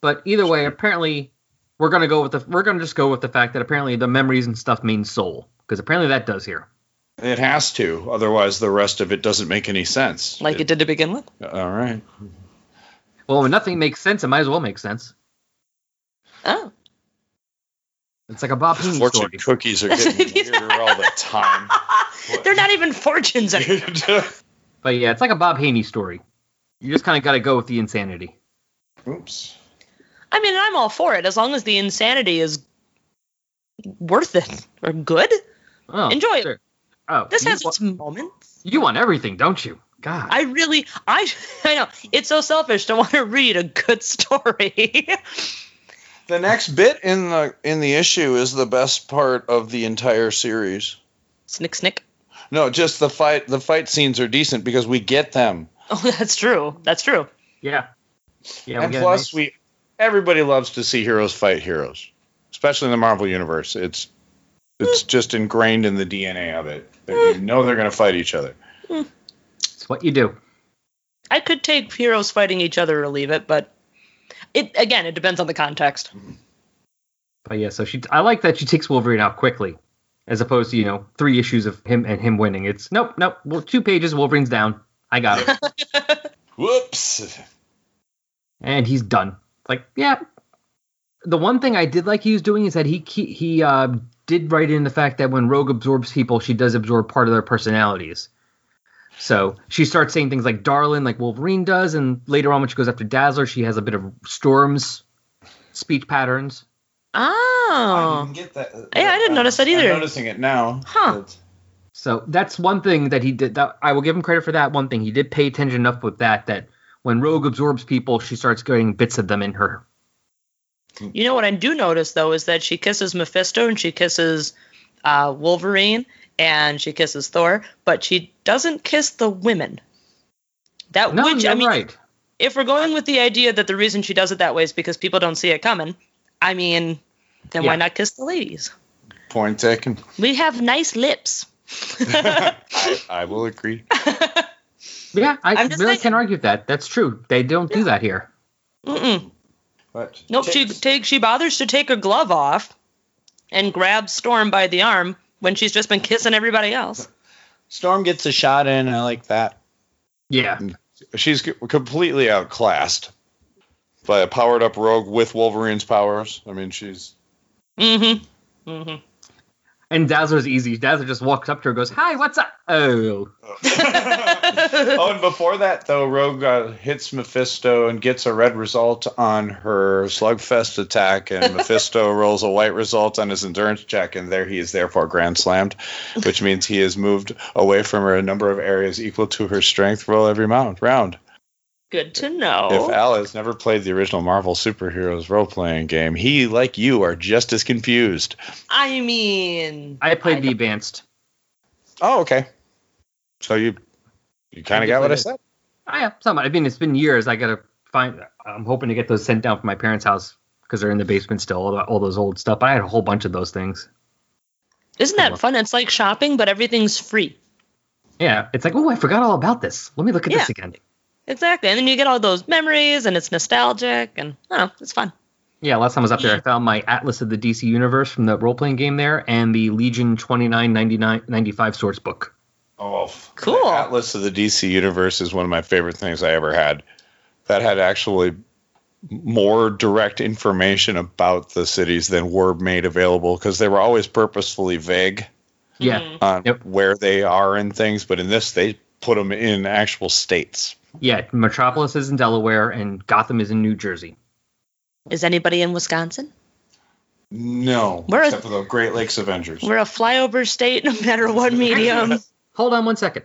But either way, apparently we're gonna go with the we're gonna just go with the fact that apparently the memories and stuff mean soul because apparently that does here.
It has to, otherwise the rest of it doesn't make any sense.
like it did to begin with
all right.
Well, when nothing makes sense, it might as well make sense.
oh
It's like a Bob Heaney
Fortune
story.
cookies are getting weirder all the time.
they're not even fortunes anymore
But yeah, it's like a Bob Haney story. You just kind of got to go with the insanity.
Oops.
i mean i'm all for it as long as the insanity is worth it or good
Oh,
Enjoy it.
sure. Oh,
this
you,
has
wa-
its moments
you want everything, don't you? God,
i really i i know it's so selfish to want to read a good story
The next bit in the in the issue is the best part of the entire series.
snick snick
No, just the fight the fight scenes are decent because we get them.
oh that's true that's true
yeah, yeah. we
and
get a
plus
nice-
we everybody loves to see heroes fight heroes. Especially in the Marvel universe. It's it's just ingrained in the DNA of it. That you know they're gonna fight each other.
it's what you do.
I could take heroes fighting each other or leave it, but it again, it depends on the context.
But yeah, so she. I like that she takes Wolverine out quickly, as opposed to you know three issues of him and him winning. It's nope, nope. Well, two pages, Wolverine's down. I got it.
Whoops.
and he's done. Like, yeah. The one thing I did like he was doing is that he he, he uh, did write in the fact that when Rogue absorbs people, she does absorb part of their personalities. So she starts saying things like "darling," like Wolverine does, and later on when she goes after Dazzler, she has a bit of Storm's speech patterns. Um,
Oh,
get that.
Yeah, I didn't notice that
I'm
either.
noticing it now.
Huh.
It's-
So that's one thing that he did. That I will give him credit for that one thing. He did pay attention enough with that that when Rogue absorbs people, she starts getting bits of them in her
you know what I do notice though is that she kisses Mephisto and she kisses uh, Wolverine and she kisses Thor, but she doesn't kiss the women. That
No,
which
you're
I mean,
right.
if we're going with the idea that the reason she does it that way is because people don't see it coming, I mean, then
Yeah.
why not kiss the ladies?
Point taken.
We have nice lips.
I, I will agree.
Yeah, I
I'm
really
just thinking-
can't argue with that. That's true. They don't do that here.
Mm-mm.
But
Nope, she take she bothers to take her glove off and grabs Storm by the arm when she's just been kissing everybody else.
Storm gets a shot in. I like that.
Yeah.
She's c- completely outclassed by a powered up rogue with Wolverine's powers. I mean, she's.
Mm-hmm. Mm-hmm.
And Dazzler's easy. Dazzler just walks up to her and goes, Hi, what's up? Oh.
oh,
Mm-hmm.
oh, and before that, though, Rogue uh, hits Mephisto and gets a red result on her Slugfest attack, and Mephisto rolls a white result on his endurance check, and there he is therefore grand slammed, which means he is moved away from her a number of areas equal to her strength roll every mount, round.
Good to
Oh.
If
know.
Al has never played the original Marvel superheroes role playing game, he, like you, are just as confused.
I mean,
I played the
don't-
advanced.
Oh, okay. So you, you kind of got what I said.
I have some. Oh, I mean, it's been years. I gotta find. I'm hoping to get those sent down from my parents' house because they're in the basement still. All, the, all those old stuff. But I had a whole bunch of those things.
Isn't that fun? It's like shopping, but everything's free.
Yeah, it's like, oh, I forgot all about this. Let me look at this
Yeah.
again.
Exactly. And then you get all those memories and it's nostalgic and oh, it's fun.
Yeah, last time I was up there, I found my Atlas of the DC Universe from the role playing game there, and the Legion 2995 source book.
Oh,
Cool.
The Atlas of the DC Universe is one of my favorite things I ever had. That had actually more direct information about the cities than were made available because they were always purposefully vague
Yeah,
Mhm.
on
Yep.
where they are and things. But in this, they put them in actual states.
yeah. Metropolis is in Delaware, and Gotham is in New Jersey.
Is anybody in Wisconsin?
No,
Where-
except for the Great Lakes Avengers.
We're a flyover state no matter what medium.
Hold on one second.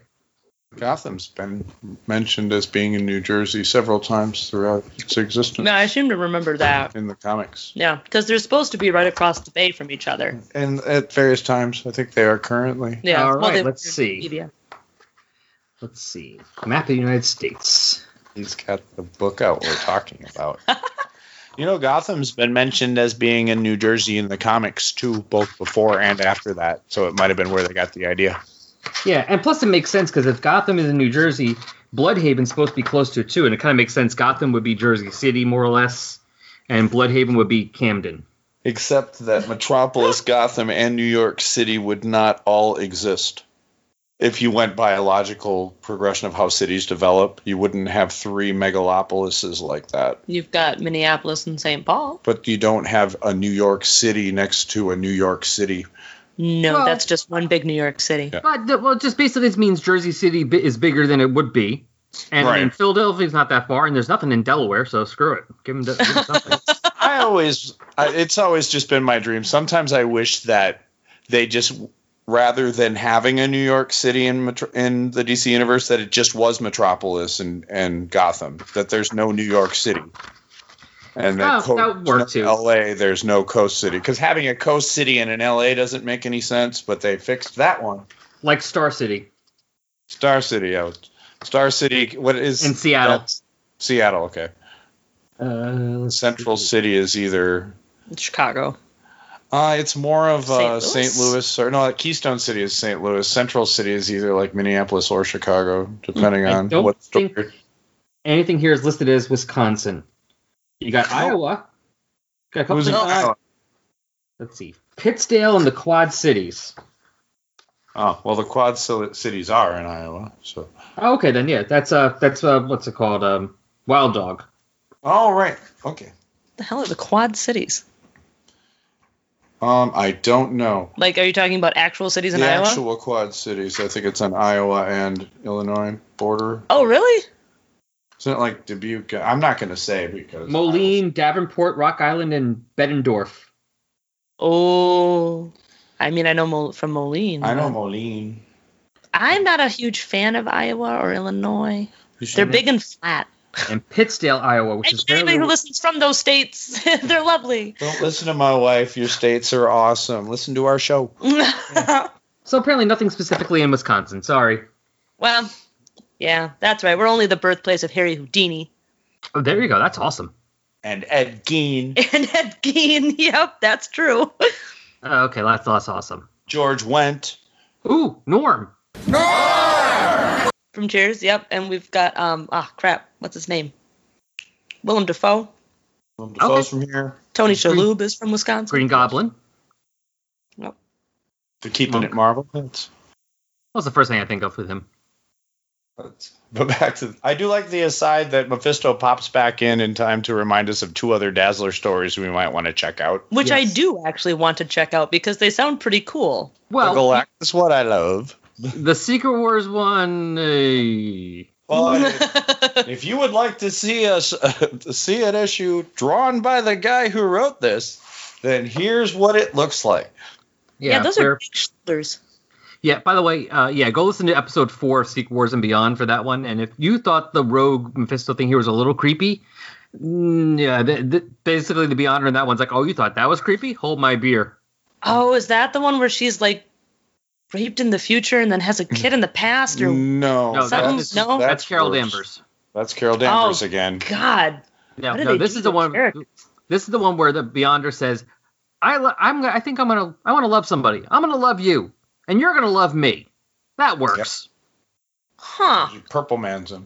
Gotham's been mentioned as being in New Jersey several times throughout its existence
no, I seem to remember that.
in the comics.
Yeah, because they're supposed to be right across the bay from each other.
And at various times, I think they are currently.
Yeah.
All right,
they-
let's see.
Media.
Let's see. Map of the United States.
He's got the book out we're talking about. you know, Gotham's been mentioned as being in New Jersey in the comics too, both before and after that. So it might have been where they got the idea.
Yeah, and plus it makes sense because if Gotham is in New Jersey, Bloodhaven's supposed to be close to it too, and it kind of makes sense. Gotham would be Jersey City, more or less, and Bloodhaven would be Camden.
Except that Metropolis, Gotham, and New York City would not all exist. If you went by a logical progression of how cities develop, you wouldn't have three megalopolises like that.
You've got Minneapolis and St. Paul.
But you don't have a New York City next to a New York City.
No,
Well-
that's just one big New York City.
Yeah.
But th- well, just basically this means Jersey City bi- is bigger than it would be, and,
Right.
and Philadelphia's not that far, and there's nothing in Delaware, so screw it. Give them, give 'em something.
I always, I, it's always just been my dream. Sometimes I wish that they just, rather than having a New York City in metro, in the DC universe, that it just was Metropolis and and Gotham. That there's no New York City. And
Oh,
that,
that would work, too.
LA, there's no coast city because having a coast city and an LA doesn't make any sense. But they fixed that one.
like Star City
Star City out. Star City. What is
in Seattle.
that's- Seattle. Okay.
Uh, let's see.
Central City is either
Chicago.
Uh, it's more of uh,
St. Louis?
St. Louis or no, Keystone City is St. Louis. Central City is either like Minneapolis or Chicago, depending
I
on
don't
what
think-
story.
Anything here is listed as Wisconsin. You got
No.
Iowa. Got a couple
Who's in
things-
Iowa?
Let's see. Pittsdale and the Quad Cities.
Oh, well, the Quad Cil- cities are in Iowa. So,
Oh, okay, then yeah, that's uh, that's uh, what's it called? Um, Wild Dog.
all right, okay.
The hell are the Quad Cities?
Um, I don't know
Like, are you talking about actual cities in
the
Iowa?
actual Quad cities. I think it's on Iowa and Illinois border.
oh, really?
Isn't it like Dubuque? I'm not going to say because
Moline, Davenport, Rock Island, and Bettendorf.
Oh, I mean, I know Mol- from Moline.
I know Moline.
I'm not a huge fan of Iowa or Illinois.
You should
They're
know.
big and flat.
And Pittsdale, Iowa, which is
Anybody who
barely.
listens from those states, they're lovely.
Don't listen to my wife. Your states are awesome. Listen to our show.
So apparently, nothing specifically in Wisconsin. Sorry.
well, yeah, that's right. We're only the birthplace of Harry Houdini
Oh, there you go. That's awesome.
And Ed Gein.
and Ed Gein. Yep, that's true.
Uh, okay, that's that's awesome.
George went.
Ooh, Norm.
From Cheers. Yep, and we've got um. Ah, crap. What's his name? Willem Dafoe.
Willem
Dafoe's
from here.
Tony
Green-
Mm-hmm.
Shalhoub is from Wisconsin.
Green Goblin.
They're keeping
Monk.
it Marvel. That's
That was the first thing I think of with him.
But, but back to I do like the aside that Mephisto pops back in in time to remind us of two other Dazzler stories we might want to check out.
which I do actually want to check out because they sound pretty cool.
Well,
the Galact is what I love.
the Secret Wars one. uh, eh,
But if you would like to see us to see an issue drawn by the guy who wrote this, then here's what it looks like.
yeah, those
fair-
are big shoulders.
Yeah, by the way, uh, yeah, go listen to episode four of Secret Wars and Beyond for that one. And if you thought the rogue Mephisto thing here was a little creepy, mm, yeah, th- th- basically the Beyonder in that one's like, oh, you thought that was creepy? Hold my beer.
Oh, is that the one where she's like raped in the future and then has a kid in the past?
Mm-hmm.
Or
No,
No,
that's- No.
That's, Carol
worse.
Danvers.
That's Carol Danvers
Oh,
again.
God,
No,
How did
no,
they
this
do
is the
the
one.
character?
This is the one where the Beyonder says, "I, lo- I'm, I think I'm gonna, I want to love somebody. I'm gonna love you, and you're gonna love me. That works.
huh?
Purple man's him.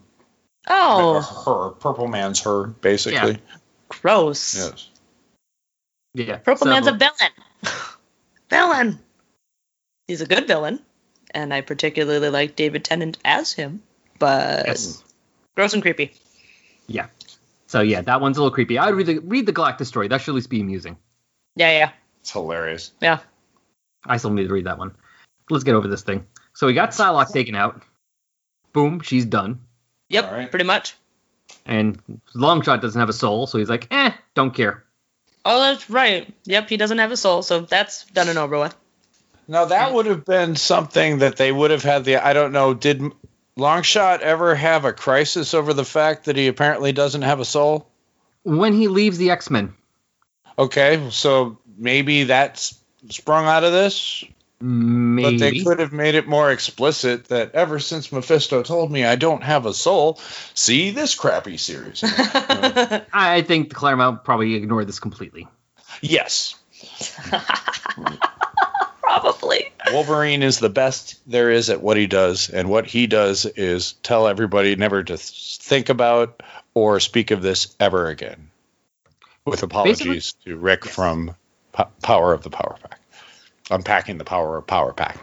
Or
Oh,
her. Purple man's her, basically.
gross.
Yes.
Yeah,
Purple
so-
Man's a villain. villain. He's a good villain, and I particularly like David Tennant as him, but
Yes.
gross and creepy.
Yeah. So yeah, that one's a little creepy. I'd read the read the Galactus story. That should at least be amusing.
Yeah, yeah,
It's hilarious.
yeah.
I still need to read that one. Let's get over this thing. So we got Psylocke taken out. Boom, she's done.
Yep,
All right.
pretty much.
And Longshot doesn't have a soul, so he's like, eh, don't care.
Oh, that's right. Yep, he doesn't have a soul, so that's done and over with.
Now that would have been something that they would have had the I don't know did Longshot ever have a crisis over the fact that he apparently doesn't have a soul?
When he leaves the X Men,
Okay, so maybe that's sprung out of this, but they
maybe.
could have made it more explicit that ever since Mephisto told me I don't have a soul, see this crappy series.
I think Claremont probably ignored this completely.
yes,
Probably.
Wolverine is the best there is at what he does, and what he does is tell everybody never to th- think about or speak of this ever again. With apologies to Rick from po- Power of the Power Pack. Unpacking the power of Power Pack.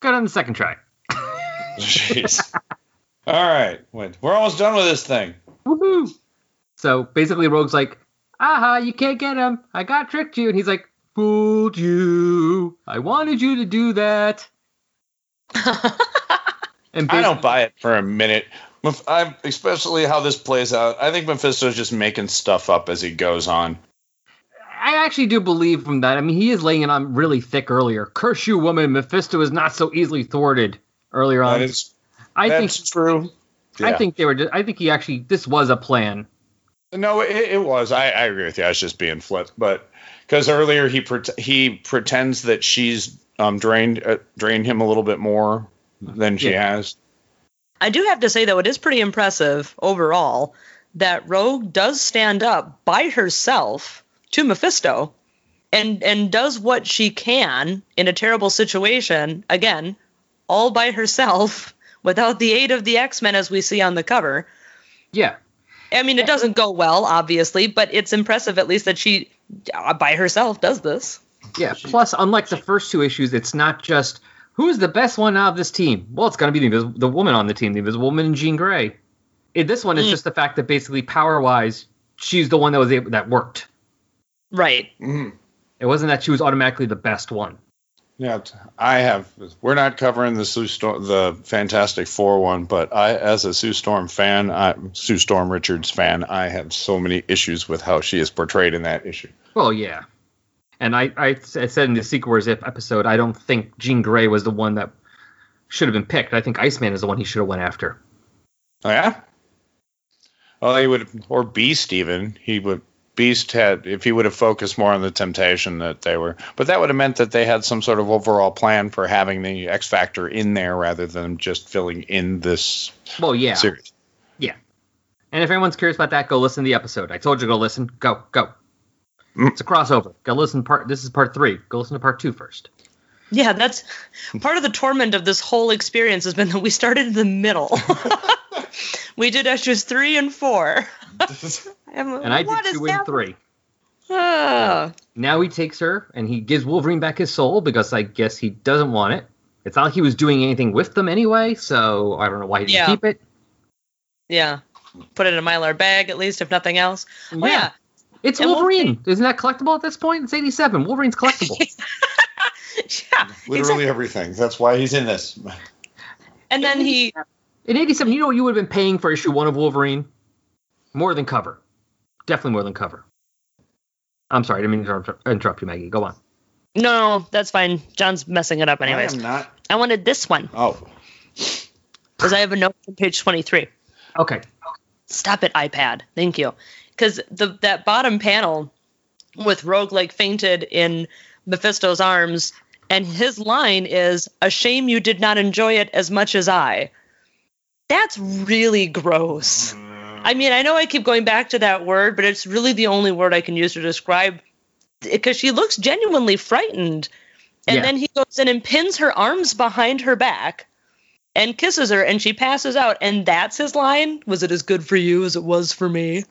Got on the second try.
Jeez. All right, wait, we're almost done with this thing.
Woohoo! So basically, Rogue's like, aha, you can't get him. I got tricked you. And he's like, fooled you. I wanted you to do that. and
I don't buy it for a minute. Meph- I'm, especially how this plays out. I think Mephisto's just making stuff up as he goes on.
I actually do believe from that. I mean, he is laying it on really thick earlier. Curse you, woman! Mephisto is not so easily thwarted. Earlier on,
That is,
Um, I think
that's true.
I
Yeah.
think they were. ju- I think he actually this was a plan.
No, it, it was. I, I agree with you. I was just being flip, but because earlier he pret- he pretends that she's um drained uh, drained him a little bit more than she
Yeah.
has.
I do have to say, though, it is pretty impressive overall that Rogue does stand up by herself to Mephisto and, and does what she can in a terrible situation, again, all by herself without the aid of the X Men as we see on the cover.
Yeah,
I mean, it doesn't go well, obviously, but it's impressive at least that she uh, by herself does this.
yeah. Plus, unlike the first two issues, it's not just who's the best one out of this team. Well, it's going to be the, invis- the woman on the team, the Invisible Woman and Jean Grey. In this one, it's just the fact that basically power wise, she's the one that was able, that worked.
Right.
It wasn't that she was automatically the best one.
Yeah, t- I have. We're not covering the Sue Storm, the Fantastic Four one, but I, as a Sue Storm fan, I, Sue Storm Richards fan, I have so many issues with how she is portrayed in that issue.
Well, yeah. And I, I s- I said in the Secret Wars If episode, I don't think Jean Grey was the one that should have been picked. I think Iceman is the one he should have went after.
Oh yeah. Well, he would, or Beast even. He would Beast had if he would have focused more on the temptation that they were, but that would have meant that they had some sort of overall plan for having the X Factor in there rather than just filling in this
Well, yeah.
series.
Yeah. And if anyone's curious about that, go listen to the episode. I told you go listen. Go, go. It's a crossover. Go listen part this is part three. Go listen to part two first.
Yeah, that's part of the torment of this whole experience has been that we started in the middle. we did issues three and four. I'm like,
And I
"What
did
is Ah.
two and
hap-
three.
Ah,
Now he takes her and he gives Wolverine back his soul because I guess he doesn't want it. It's not like he was doing anything with them anyway, so I don't know why he didn't
Yeah.
keep it.
Yeah. Put it in a mylar bag, at least, if nothing else. Oh, yeah.
It's
And
Wolverine. Isn't that collectible at this point? It's 87. Wolverine's collectible.
Yeah.
Literally everything. That's why he's in this.
And then he,
In 87, you know what you would have been paying for issue one of Wolverine? More than cover. Definitely more than cover. I'm sorry, I didn't mean to interrupt- interrupt you, Maggie. Go on.
no, that's fine. John's messing it up, anyways.
I
I,
am not.
wanted this one
Oh,
because I have a note from page 23.
Okay.
Stop it, iPad. Thank you. Because the that bottom panel with Rogue like fainted in Mephisto's arms, and his line is "A shame you did not enjoy it as much as I." That's really gross. I mean, I know I keep going back to that word, but it's really the only word I can use to describe because she looks genuinely frightened. And
Yeah.
then he goes in and pins her arms behind her back and kisses her and she passes out and that's his line was it as good for you as it was for me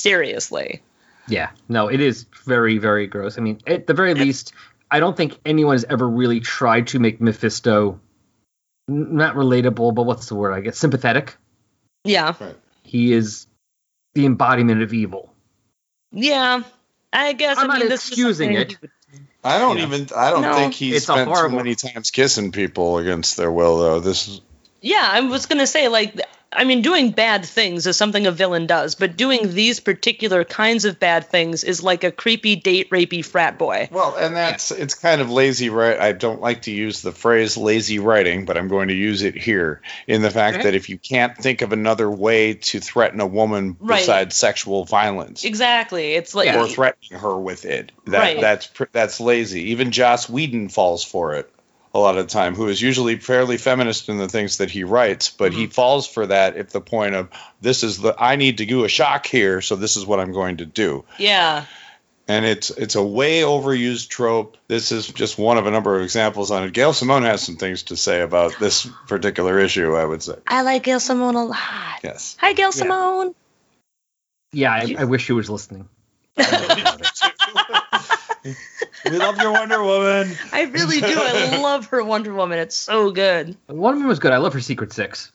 seriously
Yeah. No, it is very, very gross. I mean, at the very least, I don't think anyone has ever really tried to make Mephisto n- not relatable, but what's the word? I guess sympathetic.
yeah
right.
He is the embodiment of evil.
yeah i guess
I'm
i mean
not
this is
excusing
something
it.
he would-
I don't
Yeah.
even. I don't
No.
think he
It's a
spent too
horrible-
many times kissing people against their will, though. This is
yeah i was gonna say like th- i mean doing bad things is something a villain does but doing these particular kinds of bad things is like a creepy date rapey frat boy
well, and that's it's kind of lazy. Right? I don't like to use the phrase lazy writing, but I'm going to use it here in the fact
Okay.
that if you can't think of another way to threaten a woman
Right.
besides sexual violence,
exactly it's like
or threatening her with it. That
Right.
that's pr- that's lazy. Even Joss Whedon falls for it a lot of the time, who is usually fairly feminist in the things that he writes, but
Mm-hmm.
he falls for that at the point of this is the I need to do a shock here, so this is what I'm going to do.
yeah
And it's it's a way overused trope. This is just one of a number of examples on it. Gail Simone has some things to say about this particular issue, I would say.
i like gail simone a lot
Yes.
hi gail simone
Yeah, I, I wish he was listening.
we love your Wonder Woman.
i really do i love her wonder woman it's so good
One of them was good. I love her Secret Six.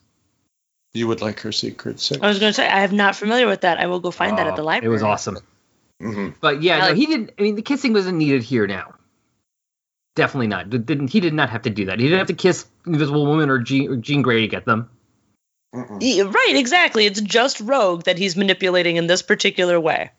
You would like her secret six.
I was going to say I am not familiar with that. I will go find that at the
Uh, It
library.
was awesome.
Mhm.
But yeah,
I
no,
like-
he didn't. I mean, the kissing wasn't needed here now. Definitely not. Did- Didn't he? Did not have to do that. He didn't have to kiss Invisible Woman or Jean, or Jean Grey to get them.
Yeah, Right, exactly. It's just Rogue that he's manipulating in this particular way.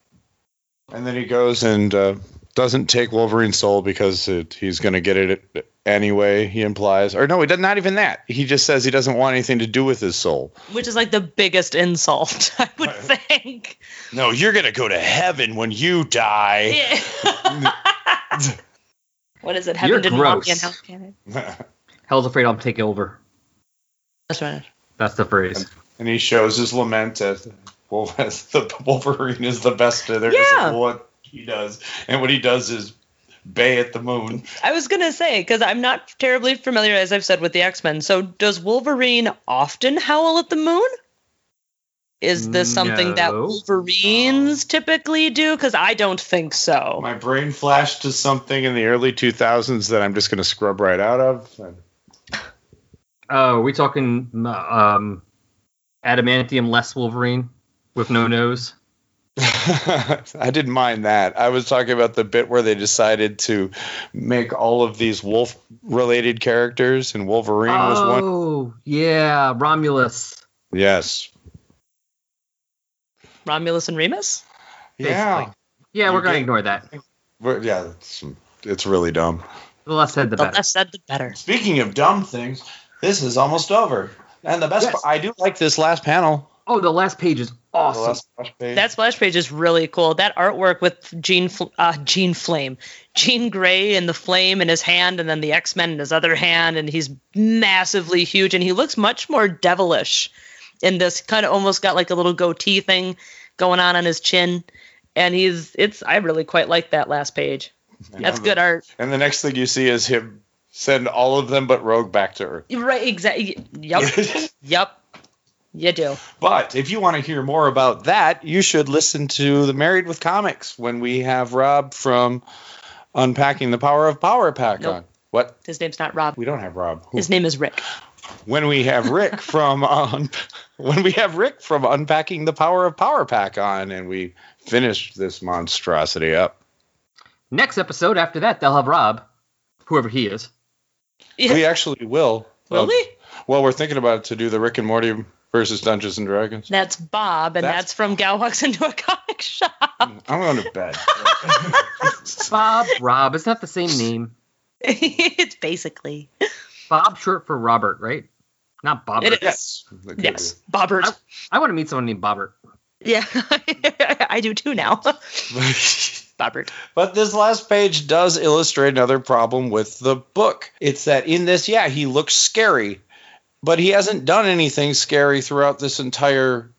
And then he goes and uh, doesn't take Wolverine's soul because it, he's going to get it anyway, he implies. Or no, he does not even that. He just says he doesn't want anything to do with his soul.
Which is like the biggest insult, I would think.
No, you're going to go to heaven when you die.
Yeah. what is it?
You're
Heaven didn't want me in
gross.
hell, can it?
Hell's afraid I'll take over.
That's right.
That's the phrase.
and he shows his lament as well as the Wolverine is the best there is
Yeah.
at what he does. And what he does is bay at the moon.
I was going to say, because I'm not terribly familiar, as I've said, with the X Men. So does Wolverine often howl at the moon? Is this something that
No.
Wolverines typically do? Because I don't think so.
My brain flashed to something in the early 2000s that I'm just going to scrub right out of. And
Oh, are we talking um, adamantium less Wolverine with no nose?
I didn't mind that. I was talking about the bit where they decided to make all of these wolf related characters, and Wolverine was one.
Oh, yeah, Romulus.
Yes.
Romulus and Remus?
Yeah.
Yeah, we're
You
gonna
did.
ignore that.
We're- yeah. It's, it's really dumb.
The less said, the
The
better.
less said, the better.
Speaking of dumb things, this is almost over. And the best
Yes.
part, I do like this last panel.
Oh, the last page is
The
awesome.
last page.
That splash page is really cool. That artwork with Jean, Fl- uh, Jean Flame, Jean Grey and the flame in his hand, and then the X Men in his other hand, and he's massively huge, and he looks much more devilish in this. Kind of almost got like a little goatee thing going on on his chin, and he's it's. I really quite like that last page. That's good art.
and the next thing you see is him send all of them but Rogue back to Earth.
Right? Exactly. Yep. yep. You do.
But if you want to hear more about that, you should listen to the Married with Comics when we have Rob from Unpacking the Power of Power Pack
Nope.
on. What?
His name's not Rob.
We don't have Rob. Who-
His name is Rick.
when we have Rick from um, when we have Rick from unpacking the power of Power Pack on, and we finish this monstrosity up.
Next episode after that, they'll have Rob, whoever he is.
We actually will.
Will
Uh,
we?
Well, we're thinking about to do the Rick and Morty versus Dungeons and Dragons.
That's Bob, and
That's-
that's, from Gal Walks Into a Comic Shop.
I'm going to bed.
Bob, Rob. It's not the same name.
it's basically.
Bob, short for Robert, right? Not Bobbert.
It is.
yes.
Yes, Bobbert.
I want to meet someone named Bobbert.
yeah, I do too now. Bobbert.
But this last page does illustrate another problem with the book. It's that in this, yeah, he looks scary, but he hasn't done anything scary throughout this entire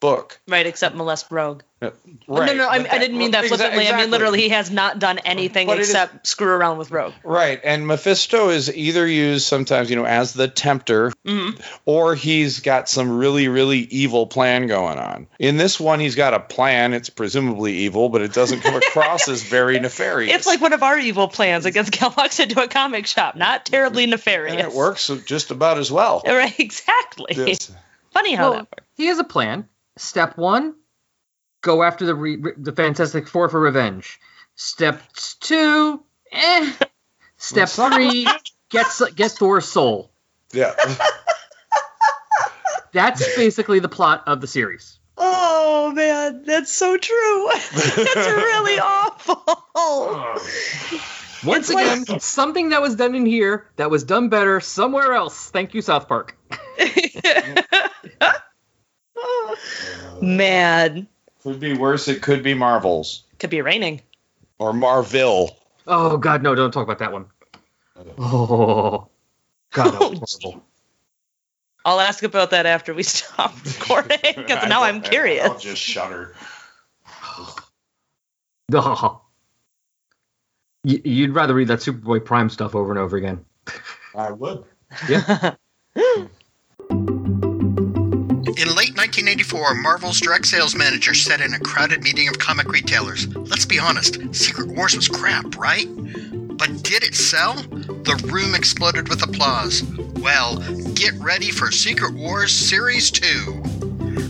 book.
Right, except Molest Rogue. Oh,
Right.
no, no, I,
but
I didn't mean that
exa-
flippantly. I
exactly.
mean, literally, he has not done anything
But it is-
except screw around with Rogue.
Right, and Mephisto is either used sometimes, you know, as the tempter,
Mm-hmm.
or he's got some really, really evil plan going on. In this one, he's got a plan. It's presumably evil, but it doesn't come across as very nefarious.
It's like one of our evil plans against Gal Walks Into a Comic Shop. Not terribly
and
nefarious.
it works just about as well.
Right, exactly.
Yes.
Funny how
Well,
that works.
He has a plan. Step one, go after the re- re- the Fantastic Four for revenge. Step two, eh. Step three, get s- get Thor's soul.
Yeah.
That's basically the plot of the series.
Oh, man, that's so true. that's really awful.
Once
It's
again, something that was done in here that was done better somewhere else. Thank you, South Park.
man,
could be worse. It could be Marvels
could be raining.
or Marville.
Oh God, no! Don't talk about that one. Oh God, that was horrible.
I'll ask about that after we stop recording because now I'm
I'll
curious.
just shudder.
Oh. Y- You'd rather read that Superboy Prime stuff over and over again.
I would.
In late 1984, Marvel's direct sales manager said in a crowded meeting of comic retailers, let's be honest, Secret Wars was crap, right? But did it sell? The room exploded with applause. Well, get ready for Secret Wars Series 2.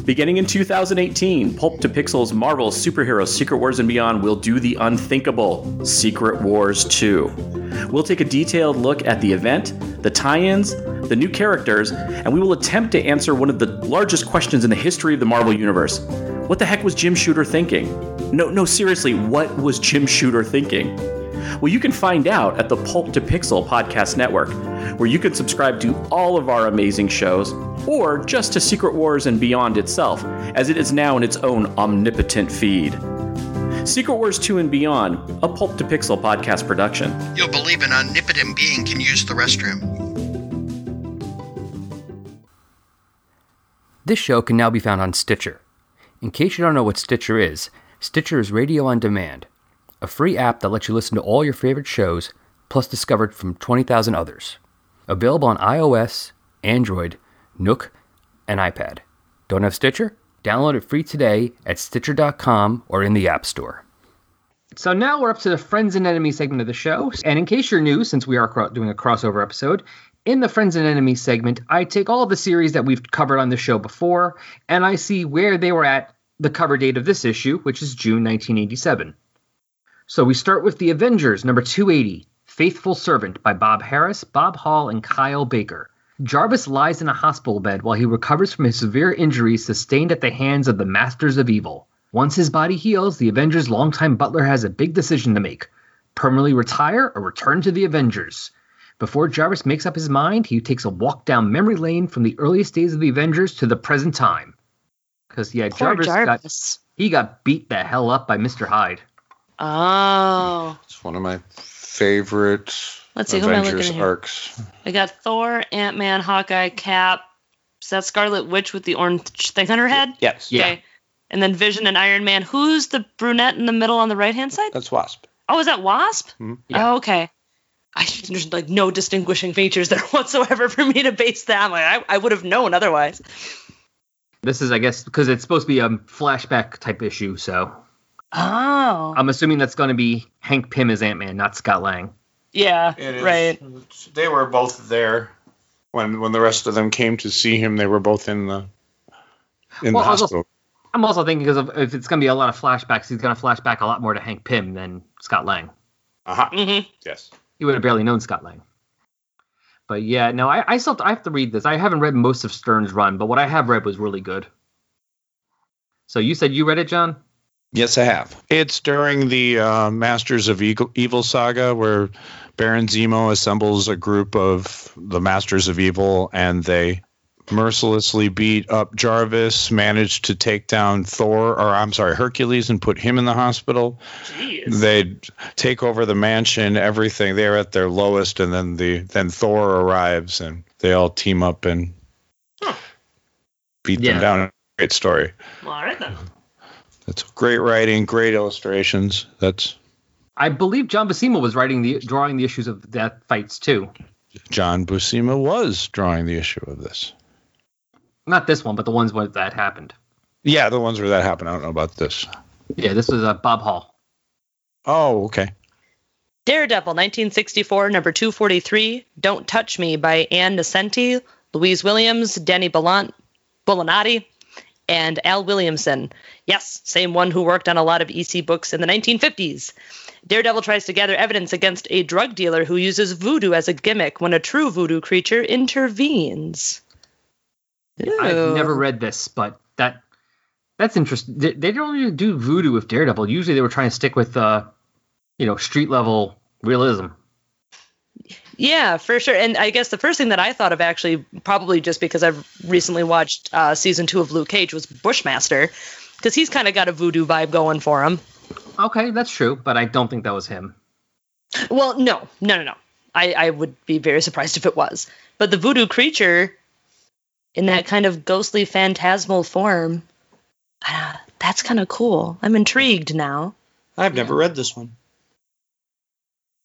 Beginning in 2018, Pulp to Pixel's Marvel Superhero Secret Wars and Beyond will do the unthinkable Secret Wars 2. We'll take a detailed look at the event, the tie ins, the new characters, and we will attempt to answer one of the largest questions in the history of the Marvel Universe. What the heck was Jim Shooter thinking? No, no, seriously, what was Jim Shooter thinking? Well, you can find out at the Pulp to Pixel Podcast Network, where you can subscribe to all of our amazing shows, or just to Secret Wars and Beyond itself, as it is now in its own omnipotent feed. Secret Wars 2 and Beyond, a Pulp to Pixel podcast production.
You'll believe an omnipotent being can use the restroom.
This show can now be found on Stitcher. In case you don't know what Stitcher is, Stitcher is radio on demand, a free app that lets you listen to all your favorite shows, plus discover from 20,000 others. Available on iOS, Android, Nook, and iPad. Don't have Stitcher? Download it free today at Stitcher.com or in the App Store.
So now we're up to the friends and enemies segment of the show. And in case you're new, since we are cro- doing a crossover episode, in the friends and enemies segment, I take all the series that we've covered on the show before, and I see where they were at the cover date of this issue, which is June 1987. So we start with The Avengers, number 280, Faithful Servant by Bob Harris, Bob Hall, and Kyle Baker. Jarvis lies in a hospital bed while he recovers from his severe injuries sustained at the hands of the Masters of Evil. Once his body heals, the Avengers' longtime butler has a big decision to make permanently retire or return to the Avengers. Before Jarvis makes up his mind, he takes a walk down memory lane from the earliest days of the Avengers to the present time. Because, yeah,
Poor
Jarvis, Got,
Jarvis.
he got beat the hell up by Mr. Hyde.
Oh,
It's one of my favorite
let's see. Who am I
Avengers
looking at? Here?
arcs.
I got Thor, Ant Man, Hawkeye, Cap. Is that Scarlet Witch with the orange thing on her head?
Yes.
Yeah.
Okay. And then Vision and Iron Man. Who's the brunette in the middle on the right hand side?
That's Wasp.
Oh, is that Wasp?
Mm-hmm.
Mhm.
Yeah.
Oh, okay. I there's like no distinguishing features there whatsoever for me to base that. I'm like I, I would have known otherwise.
This is, I guess, because it's supposed to be a flashback type issue, so
Oh.
Oh.
I'm assuming that's going to be Hank Pym as Ant Man, not Scott Lang.
Yeah,
It is-
right.
They were both there
when when the rest of them came to see him, they were both in the in
Well,
the
I was-
hospital.
I'm also thinking because if it's going to be a lot of flashbacks, he's going to flashback a lot more to Hank Pym than Scott Lang.
Aha.
Mm-hmm.
Uh-huh. Yes.
He would have barely known Scott Lang. But yeah, no, I, I still have to, I have to read this. I haven't read most of Stern's run, but what I have read was really good. So you said you read it, John?
Yes, I have.
It's during the uh, Masters of Eagle, Evil saga where Baron Zemo assembles a group of the Masters of Evil and they mercilessly beat up Jarvis, manage to take down Thor, or I'm sorry, Hercules, and put him in the hospital. They take over the mansion, everything. They're at their lowest, and then the then Thor arrives and they all team up and beat
Yeah.
them down. Great story.
Well, all right then.
That's great writing, great illustrations. That's
I believe John Buscema was writing the drawing the issues of that fights too.
John Buscema was drawing the issue of this.
Not this one, but the ones where that happened.
Yeah, the ones where that happened. I don't know about this.
Yeah, this was uh, Bob Hall.
Oh, okay.
Daredevil, 1964, number 243, Don't Touch Me by Ann Nesenti, Louise Williams, Danny Bellant, Bolinati, and Al Williamson. Yes, same one who worked on a lot of EC books in the 1950s. Daredevil tries to gather evidence against a drug dealer who uses voodoo as a gimmick when a true voodoo creature intervenes.
I've never read this, but that that's interesting. They, they don't really do voodoo with Daredevil. Usually, they were trying to stick with uh, you know street level realism.
Yeah, for sure. And I guess the first thing that I thought of actually, probably just because I've recently watched uh, season two of Luke Cage, was Bushmaster, because he's kind of got a voodoo vibe going for him.
Okay, that's true, but I don't think that was him.
Well, no, no, no, no. I, I would be very surprised if it was. But the voodoo creature in that kind of ghostly phantasmal form, ah, that's kind of cool. I'm intrigued now.
I've never read this one.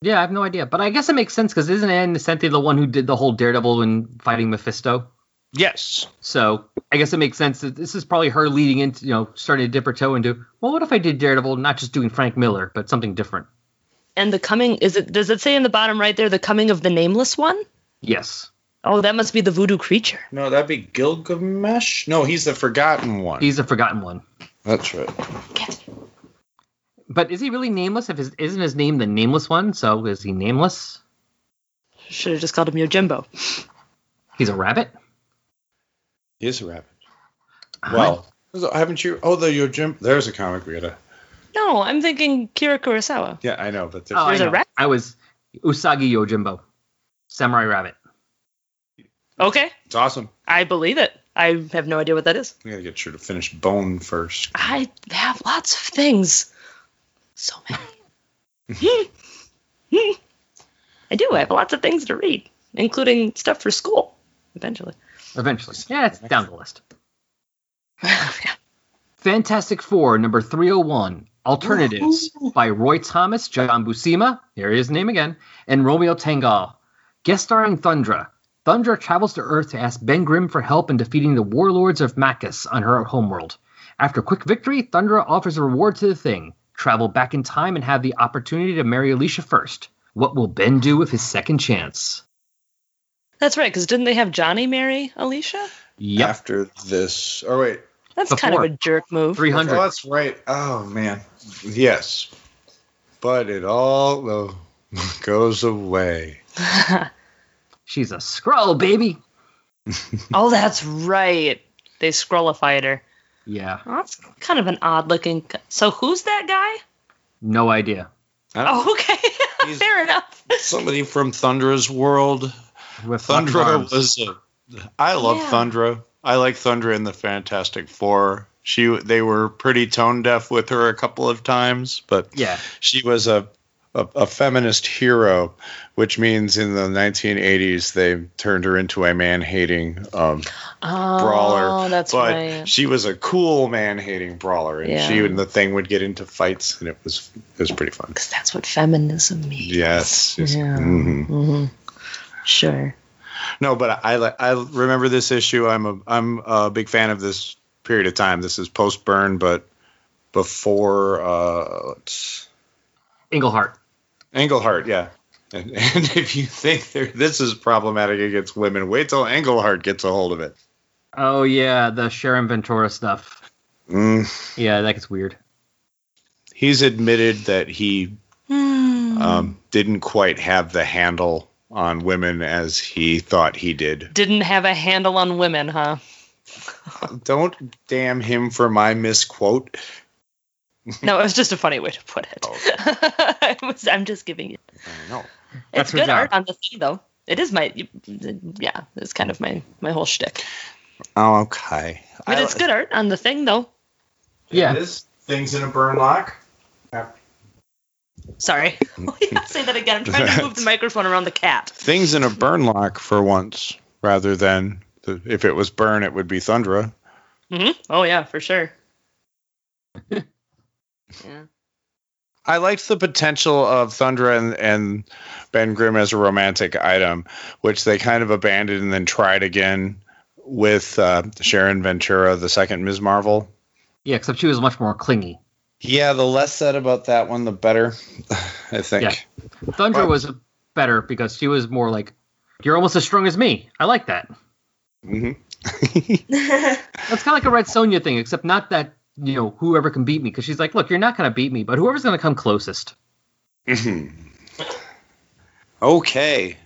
Yeah, I have no idea, but I guess it makes sense because isn't Ann Nesenti the one who did the whole Daredevil and fighting Mephisto?
Yes.
So I guess it makes sense that this is probably her leading into, you know, starting to dip her toe into, well, what if I did Daredevil, not just doing Frank Miller, but something different?
And the coming is it does it say in the bottom right there the coming of the nameless one?
Yes.
Oh, that must be the voodoo creature.
No, that'd be Gilgamesh. No, he's the forgotten one.
He's a forgotten one.
That's right.
But is he really nameless? If his, isn't his name the nameless one, so is he nameless?
Should have just called him Yojimbo.
He's a rabbit.
He is a rabbit. Well, haven't you? Oh, the Yojimbo. There's a comic we gotta.
No, I'm thinking Kira Kurosawa.
Yeah, I know, but there's,
Oh, I
There's a
know.
rabbit?
I was Usagi Yojimbo, samurai rabbit.
Okay,
it's awesome.
I believe it. I have no idea what that is.
We gotta get sure to finish Bone first.
I have lots of things. So many. I do. I have lots of things to read, including stuff for school eventually.
Eventually, yeah, it's down the list.
Yeah.
Fantastic Four, number 301, Alternatives by Roy Thomas, John Buscema, here is his name again, and Romeo Tanghal. Guest starring Thundra. Thundra travels to Earth to ask Ben Grimm for help in defeating the warlords of Macus on her homeworld. After a quick victory, Thundra offers a reward to the Thing travel back in time and have the opportunity to marry Alicia first. What will Ben do with his second chance?
That's right, because didn't they have Johnny marry Alicia?
Yep.
After this. Oh wait.
That's kind of a
Before.
jerk move.
300.
Oh, that's right. Oh man. Yes. But it all uh, goes away.
She's a scroll, baby.
oh, that's right. They scrollified her.
Yeah,
Oh, that's kind of an odd looking. So who's that guy?
no idea.
Oh, okay.
He's-
Fair enough.
Somebody from Thundra's world.
With lots of
Thundra
arms.
was. A, I love
Yeah.
Thundra. I like Thundra in the Fantastic Four. She they were pretty tone deaf with her a couple of times, but
Yeah.
she was a a, a feminist hero, which means in the 1980s they turned her into a man hating um,
Oh,
brawler.
that's
but
right.
she was a cool man hating brawler, and
Yeah.
she and the thing would get into fights, and it was it was pretty fun.
Because that's what feminism means.
Yes. yes.
Yeah.
Mhm.
Sure.
No, but I I I remember this issue. I'm a I'm a big fan of this period of time. This is post burn, but before uh, it's
Englehart.
Englehart. Yeah,
And, and if you think there- this is problematic against women, wait till Engelhart gets a hold of it.
Oh yeah, the Sharon Ventura stuff.
Mm-hmm.
Mm.
Yeah, that gets weird.
He's admitted that he um, didn't quite have the handle on women as he thought he did.
Didn't have a handle on women, huh?
Don't damn him for my misquote.
No, it was just a funny way to put it. I was, I'm just giving you.
I know.
That's
It's
her
good
job.
art on the thing, though. It is my, yeah, it's kind of my my whole shtick.
Oh, okay.
But
I-
it's good art on the thing, though.
Yeah.
This thing's in a burn lock.
Sorry, say that again. I'm trying to move the microphone around the cat.
Things in a burn lock for once, rather than the, if it was burn, it would be Thundra.
hmm Oh yeah, for sure. yeah.
I liked the potential of Thundra and, and Ben Grimm as a romantic item, which they kind of abandoned and then tried again with uh, Sharon Ventura, the second Ms. Marvel.
Yeah, except she was much more clingy.
Yeah, the less said about that one, the better, I think.
Yeah. Thunder
Well-
was better because she was more like, "You're almost as strong as me." I like that.
hmm
That's kind of like a Red Sonja thing, except not that you know whoever can beat me because she's like, "Look, you're not gonna beat me, but whoever's gonna come closest."
Okay.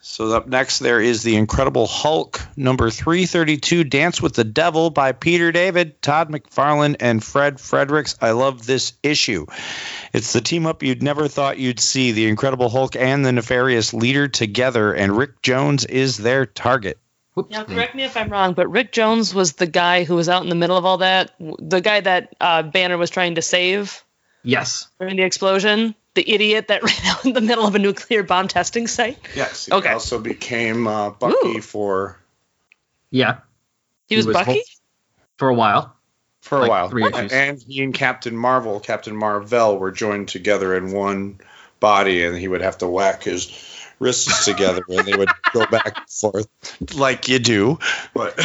So up next there is the Incredible Hulk number 332 Dance with the Devil by Peter David, Todd McFarlane and Fred Fredericks. I love this issue. It's the team up you'd never thought you'd see, the Incredible Hulk and the Nefarious Leader together and Rick Jones is their target.
Whoops.
Now, correct me if I'm wrong, but Rick Jones was the guy who was out in the middle of all that. w- The guy that uh, Banner was trying to save
Yes.
during the explosion. The idiot that ran out in the middle of a nuclear bomb testing site.
Yes, he
Okay.
also became uh,
Bucky Ooh.
for
Yeah.
He was,
was
Bucky.
Hulk- For a while.
for a
Like
while.
three issues.
And he and Captain Marvel, Captain Marvel, were joined together in one body, and he would have to whack his wrists together, and they would go back and forth like you do. But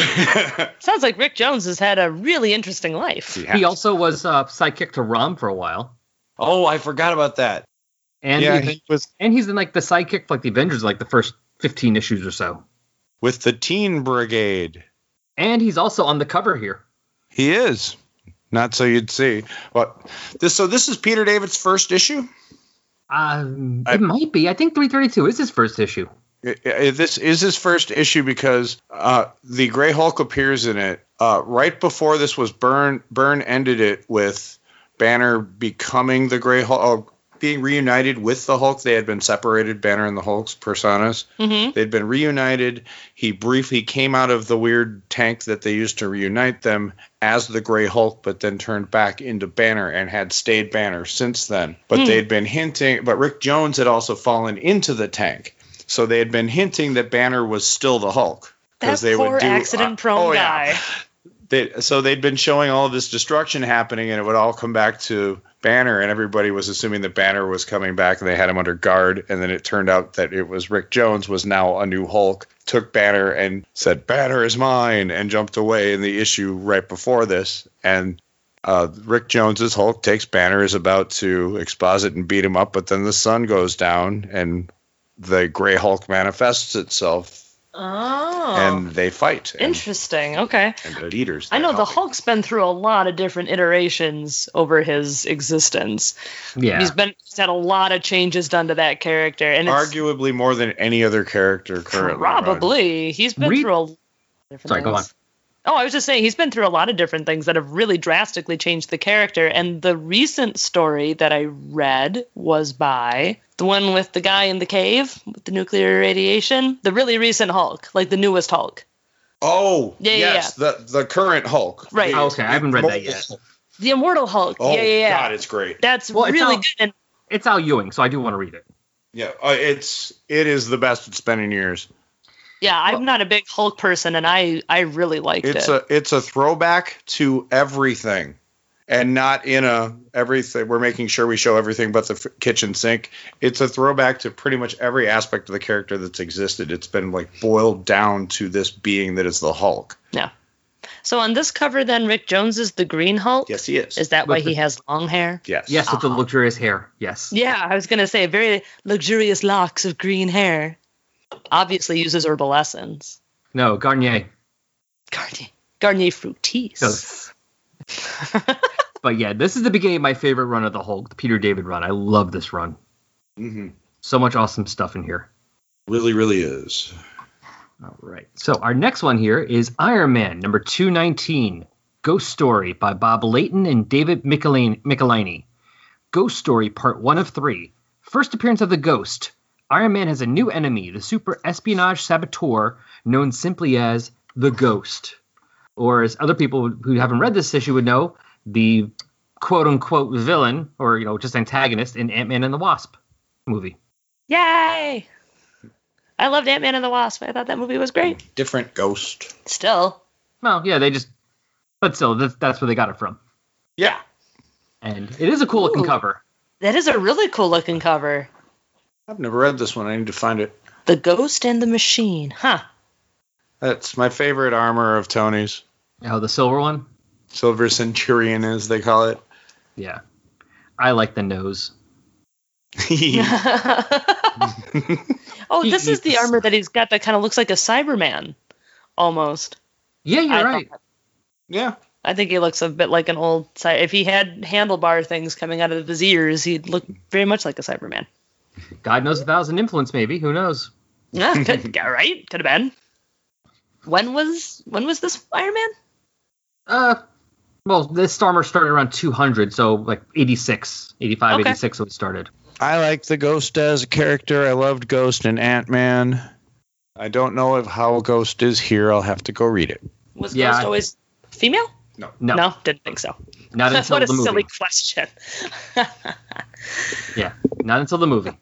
Sounds like Rick Jones has had a really interesting life.
Yeah.
He also was uh, sidekick to Rom for a while,
oh, I forgot about that.
and
yeah,
the-
he was
and he's in like the sidekick for like the Avengers, like the first fifteen issues or so.
with the Teen Brigade.
And he's also on the cover here.
He is. Not so you'd see. What this? So this is Peter David's first issue.
Um,
I-
it might be. I think 332 is his first issue.
I- I- this is his first issue because uh, the Gray Hulk appears in it uh, right before this was Burn. Burn ended it with Banner becoming the Gray Hulk, oh, being reunited with the Hulk. They had been separated, Banner and the Hulk's personas.
hmm
They'd been reunited. He briefly came out of the weird tank that they used to reunite them as the Gray Hulk, but then turned back into Banner and had stayed Banner since then. But
Hmm.
they'd been hinting, but Rick Jones had also fallen into the tank. So they had been hinting that Banner was still the Hulk.
That
they
poor
uh,
accident-prone
oh,
guy.
yeah. They, so they'd been showing all this destruction happening, and it would all come back to Banner, and everybody was assuming that Banner was coming back, and they had him under guard. And then it turned out that it was Rick Jones was now a new Hulk, took Banner and said, "Banner is mine," and jumped away in the issue right before this. And uh, Rick Jones's Hulk takes Banner is about to exposit and beat him up, but then the sun goes down, and the Gray Hulk manifests itself,
Oh.
and they fight. And,
Interesting. Okay.
and the leaders.
I know the
help him.
Hulk's been through a lot of different iterations over his existence.
Yeah.
He's been he's had a lot of changes done to that character, and it's
arguably more than any other character currently. Ron.
probably he's been
Read-
through a. lot of Different
Sorry, go
things. Oh, I was just saying he's been through a lot of different things that have really drastically changed the character. And the recent story that I read was by the one with the guy in the cave with the nuclear radiation, the really recent Hulk, like the newest Hulk.
Oh,
Yeah, yeah,
yes, the the current Hulk.
Right.
The-
Oh, okay, I haven't read that yet.
The Immortal Hulk.
Oh,
yeah, yeah, yeah.
God, it's great.
That's
Well, it
really
sounds-
good. And
It's Al Ewing, so I do want to read it.
Yeah, uh, it's it is the best it's been in years.
yeah, I'm not a big Hulk person, and I I really liked
It's
it.
a it's a throwback to everything, and not in a everything. We're making sure we show everything but the f- kitchen sink. It's a throwback to pretty much every aspect of the character that's existed. It's been like boiled down to this being that is the Hulk.
So on this cover, then Rick Jones is the Green Hulk.
Yes, he is.
Is Ah. that why
With
he
the-
has long hair?
Yes.
Yes, with the luxurious hair. Yes.
Yeah, I was gonna say very luxurious locks of green hair. Obviously uses herbal essence.
No, Garnier.
Garnier. Garnier fructis.
Yes. but yeah, this is the beginning of my favorite run of the Hulk, the Peter David run. I love this run.
Mm-hmm.
So much awesome stuff in here.
Really, really is.
All right. So our next one here is Iron Man number 219, Ghost Story by Bob Layton and David Michelin- Michelini. Ghost Story Part 1 of 3. First appearance of the Ghost. Iron Man has a new enemy, the super espionage saboteur known simply as the Ghost. Or as other people who haven't read this issue would know, the quote unquote villain or you know just antagonist in Ant-Man and the Wasp movie.
Yay! I loved Ant Man and the Wasp. I thought that movie was great.
Different ghost.
Still.
Well, yeah, they just but still that's, that's where they got it from.
Yeah.
And it is a cool looking
Ooh.
cover.
That is a really cool looking cover.
I've never read this one. I need to find it.
The Ghost and the Machine. Huh.
That's my favorite armor of Tony's.
Oh, the silver one?
Silver Centurion, as they call it.
Yeah. I like the nose.
Oh, this is the armor that he's got that kind of looks like a Cyberman almost.
Yeah, you're
I thought
right.
yeah.
I think he looks a bit like an old. Cy- If he had handlebar things coming out of his ears, he'd look very much like a Cyberman.
God knows a thousand influence, maybe. Who knows?
Yeah, could, yeah, right? Could have been. When was when was this Iron Man?
Uh, well, this Starmer started around 200, so like 86, 85,
Okay.
86 when it started.
I liked the Ghost as a character. I loved Ghost and Ant Man. I don't know if how Ghost is here. I'll have to go read it.
Was
Yeah,
Ghost
I-
always female?
No,
didn't think so.
not until
what a
the movie.
silly question.
Yeah, not until the movie.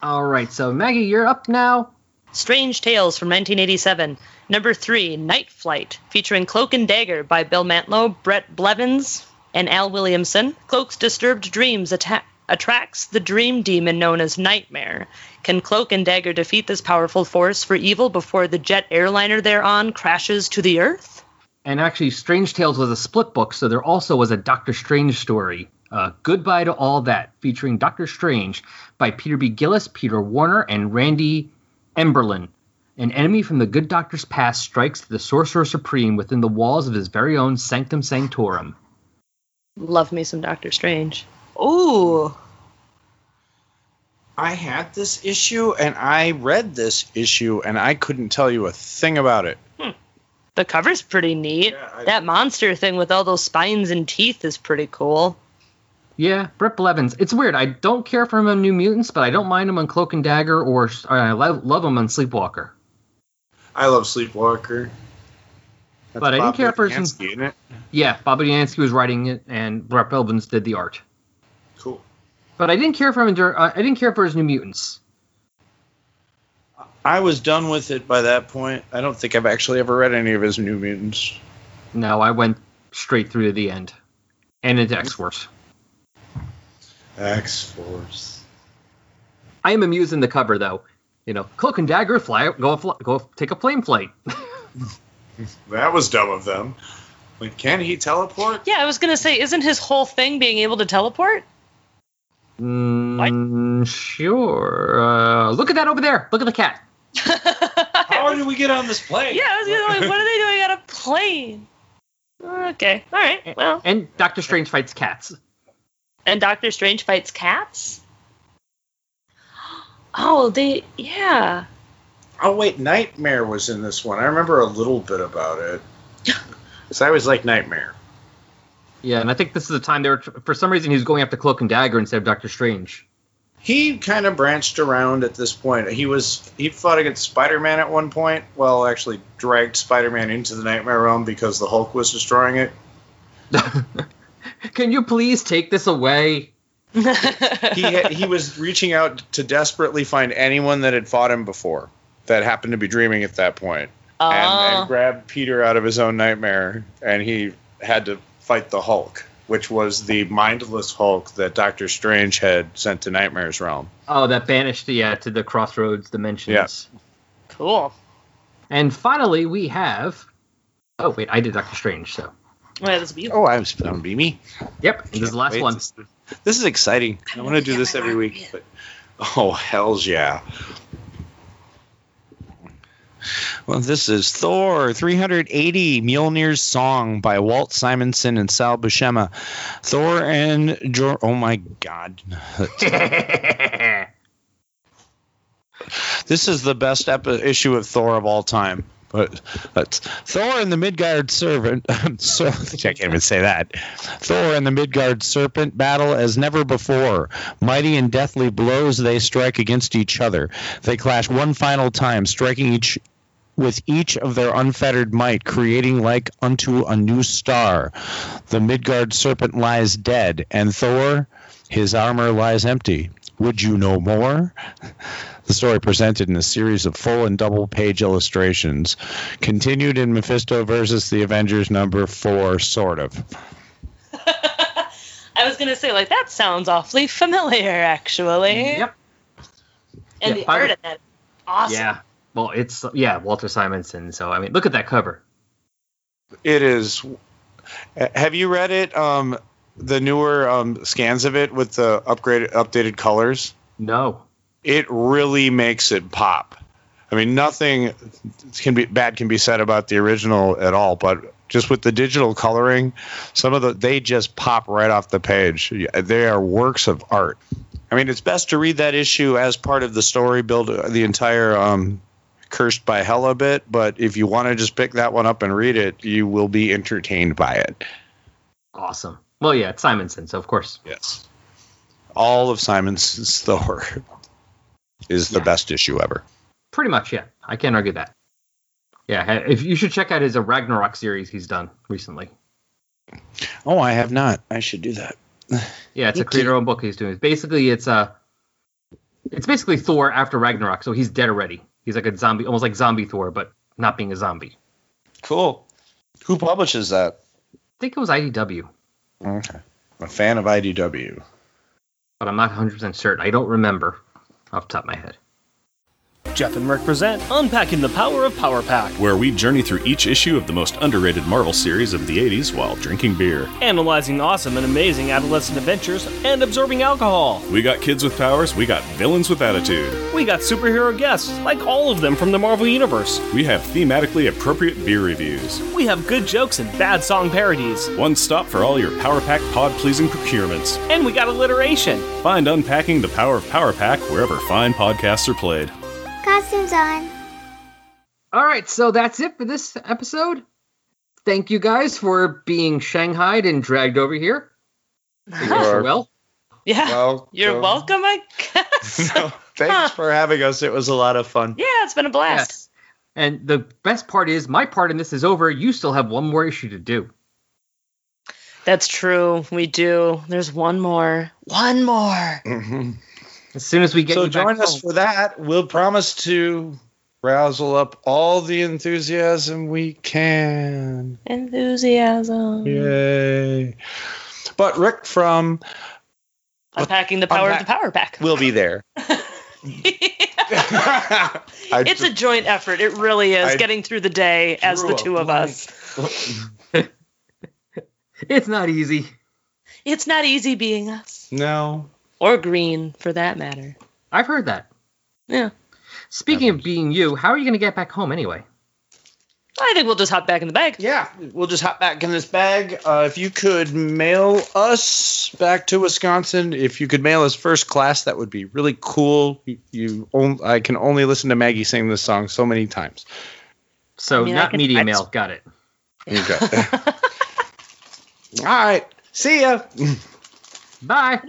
All right, so Maggie, you're up now.
Strange Tales from 1987, number three, Night Flight, featuring Cloak and Dagger by Bill Mantlo, Brett Blevins, and Al Williamson. Cloak's disturbed dreams atta- attracts the dream demon known as Nightmare. Can Cloak and Dagger defeat this powerful force for evil before the jet airliner they're on crashes to the earth?
And actually, Strange Tales was a split book, so there also was a Doctor Strange story. Uh, Goodbye to All That, featuring Doctor Strange by Peter B. Gillis, Peter Warner, and Randy Emberlin. An enemy from the good doctor's past strikes the Sorcerer Supreme within the walls of his very own Sanctum Sanctorum.
Love me some Doctor Strange. Ooh.
I had this issue and I read this issue and I couldn't tell you a thing about it.
The cover's pretty neat. that monster thing with all those spines and teeth is pretty cool.
Yeah, Brett Blevins. It's weird. I don't care for him on New Mutants, but I don't mind him on Cloak and Dagger, or, or I love, love him on Sleepwalker.
I love Sleepwalker. That's
But I didn't
Bob
care for some-
Lukianski, isn't it?
Yeah, Bobby Diansky was writing it, and Brett Blevins did the art.
Cool.
But I didn't care for him. in Dur- uh, I didn't care for his New Mutants.
I was done with it by that point. I don't think I've actually ever read any of his New Mutants.
No, I went straight through to the end, and into X Force.
X Force.
I am amused in the cover though. You know, cloak and dagger, fly, go, fl- go, take a plane flight.
That was dumb of them. Like, can he teleport?
Yeah, I was gonna say, isn't his whole thing being able to teleport?
Mm, sure. Uh, look at that over there. Look at the cat.
How did we get on this plane?
Yeah, I was gonna like, what are they doing on a plane? Oh, Okay, all right. Well,
And Doctor Strange fights cats.
and Doctor Strange fights cats. Oh, they yeah.
Oh wait, Nightmare was in this one. I remember a little bit about it. So I was like Nightmare.
Yeah, and I think this is the time they were. Tr- for some reason, he was going after Cloak and Dagger instead of Doctor Strange.
He kind of branched around at this point. He was he fought against Spider-Man at one point. Well, actually dragged Spider-Man into the Nightmare realm because the Hulk was destroying it.
Can you please take this away?
He ha- he was reaching out to desperately find anyone that had fought him before that happened to be dreaming at that point. and, and
Oh,
grabbed Peter out of his own nightmare, and he had to fight the Hulk, which was the mindless Hulk that Doctor Strange had sent to Nightmare's realm.
Oh, that banished the uh, to the crossroads dimensions.
Yes.
cool.
And finally, we have Oh wait, I did Doctor Strange. So
yeah, this will be
Oh, I'm Spellbound Beamy.
yep, this is the last
Wait,
one.
This, this is exciting. I, want to do this every week. But, oh, hells yeah. Well, this is Thor 380 Mjolnir's Song by Walt Simonson and Sal Buscema. Thor and Jor. Oh my God. this is the best epi- issue of Thor of all time. But, but Thor and the Midgard servant. so, I can't even say that. Thor and the Midgard serpent battle as never before. Mighty and deathly blows they strike against each other. They clash one final time, striking each with each of their unfettered might, creating like unto a new star. The Midgard serpent lies dead, and Thor, his armor lies empty. Would you know more? The story presented in a series of full and double page illustrations. Continued in Mephisto versus the Avengers number four, sort of.
I was gonna say like that sounds awfully familiar, actually.
Yep.
And
Yeah,
the
I
art
would-
in that, awesome.
Yeah. Well, it's yeah Walter Simonson. So I mean, look at that cover.
It is. Have you read it? Um, the newer um, scans of it with the upgraded, updated colors.
No.
It really makes it pop. I mean, nothing can be bad can be said about the original at all, but just with the digital coloring, some of the they just pop right off the page. They are works of art. I mean, it's best to read that issue as part of the story, build the entire um, cursed by hell a bit, but if you want to just pick that one up and read it, you will be entertained by it.
Awesome. Well, yeah, it's Simonson. So of course.
Yes. All of Simon's Thor is the
Yeah.
best issue ever.
Pretty much, yeah. I can't argue that. Yeah, if you should check out his uh, Ragnarok series he's done recently.
Oh, I have not. I should do that.
Yeah, it's a creator-owned book he's doing. Basically, it's uh it's basically Thor after Ragnarok. So he's dead already. He's like a zombie, almost like zombie Thor, but not being a zombie.
Cool. Who publishes that?
I think it was IDW,
Okay. I'm a fan of IDW.
but I'm not 100 percent certain. I don't remember off the top of my head.
Jeff and Merck present Unpacking the Power of Power Pack, where we journey through each issue of the most underrated Marvel series of the 80s while drinking beer.
Analyzing awesome and amazing adolescent adventures and absorbing alcohol.
We got kids with powers, we got villains with attitude.
We got superhero guests, like all of them from the Marvel Universe.
We have thematically appropriate beer reviews.
We have good jokes and bad song parodies.
One stop for all your Power Pack pod pleasing procurements.
And we got alliteration.
Find Unpacking the Power of Power Pack wherever fine podcasts are played.
Costumes on.
All right, so that's it for this episode. Thank you guys for being shanghaied and dragged over here. well,
Yeah.
Well,
You're
so-
welcome, I guess.
Thanks for having us. It was a lot of fun.
yeah, it's been a blast.
and the best part is my part in this is over. You still have one more issue to do.
That's true. We do. There's one more. One more.
Mm-hmm.
As soon as we get
So
you back
join us
home.
for that. We'll promise to rousel up all the enthusiasm we can.
Enthusiasm.
Yay. But Rick from
Unpacking the power of the power pack.
will be there. I
it's a joint effort. It really is
I
getting through the day as
drew
the
a
two of us.
It's not easy.
It's not easy being us
No.
or green for that matter.
I've heard that.
Yeah.
Speaking of being you, how are you going to get back home anyway?
I think we'll just hop back in the bag.
Yeah, we'll just hop back in this bag. Uh, if you could mail us back to Wisconsin, if you could mail us first class, that would be really cool. You, you on, I can only listen to Maggie sing this song so many times.
So
I mean, I
not
can-
media
I-
mail. Got it.
Okay. All right. See ya.
Bye.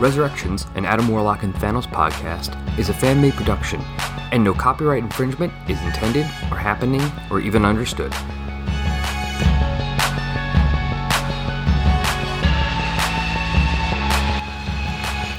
Resurrections, an Adam Warlock and Thanos podcast, is a fan made production, and no copyright infringement is intended, or happening, or even understood.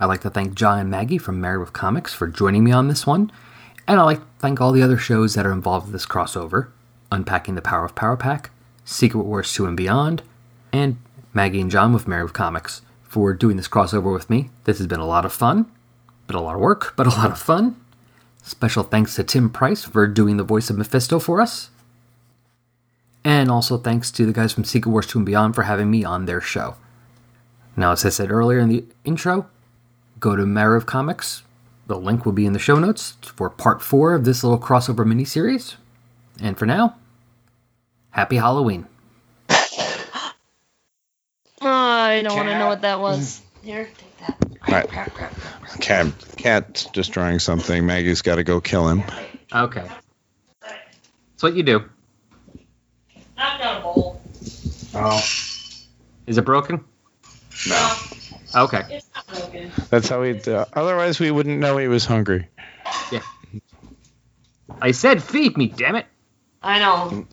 I'd like to thank John and Maggie from Married with Comics for joining me on this one, and I'd like to thank all the other shows that are involved with this crossover Unpacking the Power of Power Pack, Secret Wars 2 and Beyond, and Maggie and John with Married with Comics for doing this crossover with me. This has been a lot of fun, but a lot of work, but a lot of fun. Special thanks to Tim Price for doing the voice of Mephisto for us. And also thanks to the guys from Secret Wars 2 and Beyond for having me on their show. Now, as I said earlier in the intro, go to Matter of Comics. The link will be in the show notes for part four of this little crossover miniseries. And for now, happy Halloween.
I don't want to know what that was. Here, take that.
Right. Cat, cat's destroying something. Maggie's got to go kill him.
Okay. That's what you do.
Knock down a bowl.
Oh. Is it broken?
No.
Okay.
It's not broken.
That's how we. Uh, otherwise, we wouldn't know he was hungry.
Yeah. I said feed me, damn it.
I know.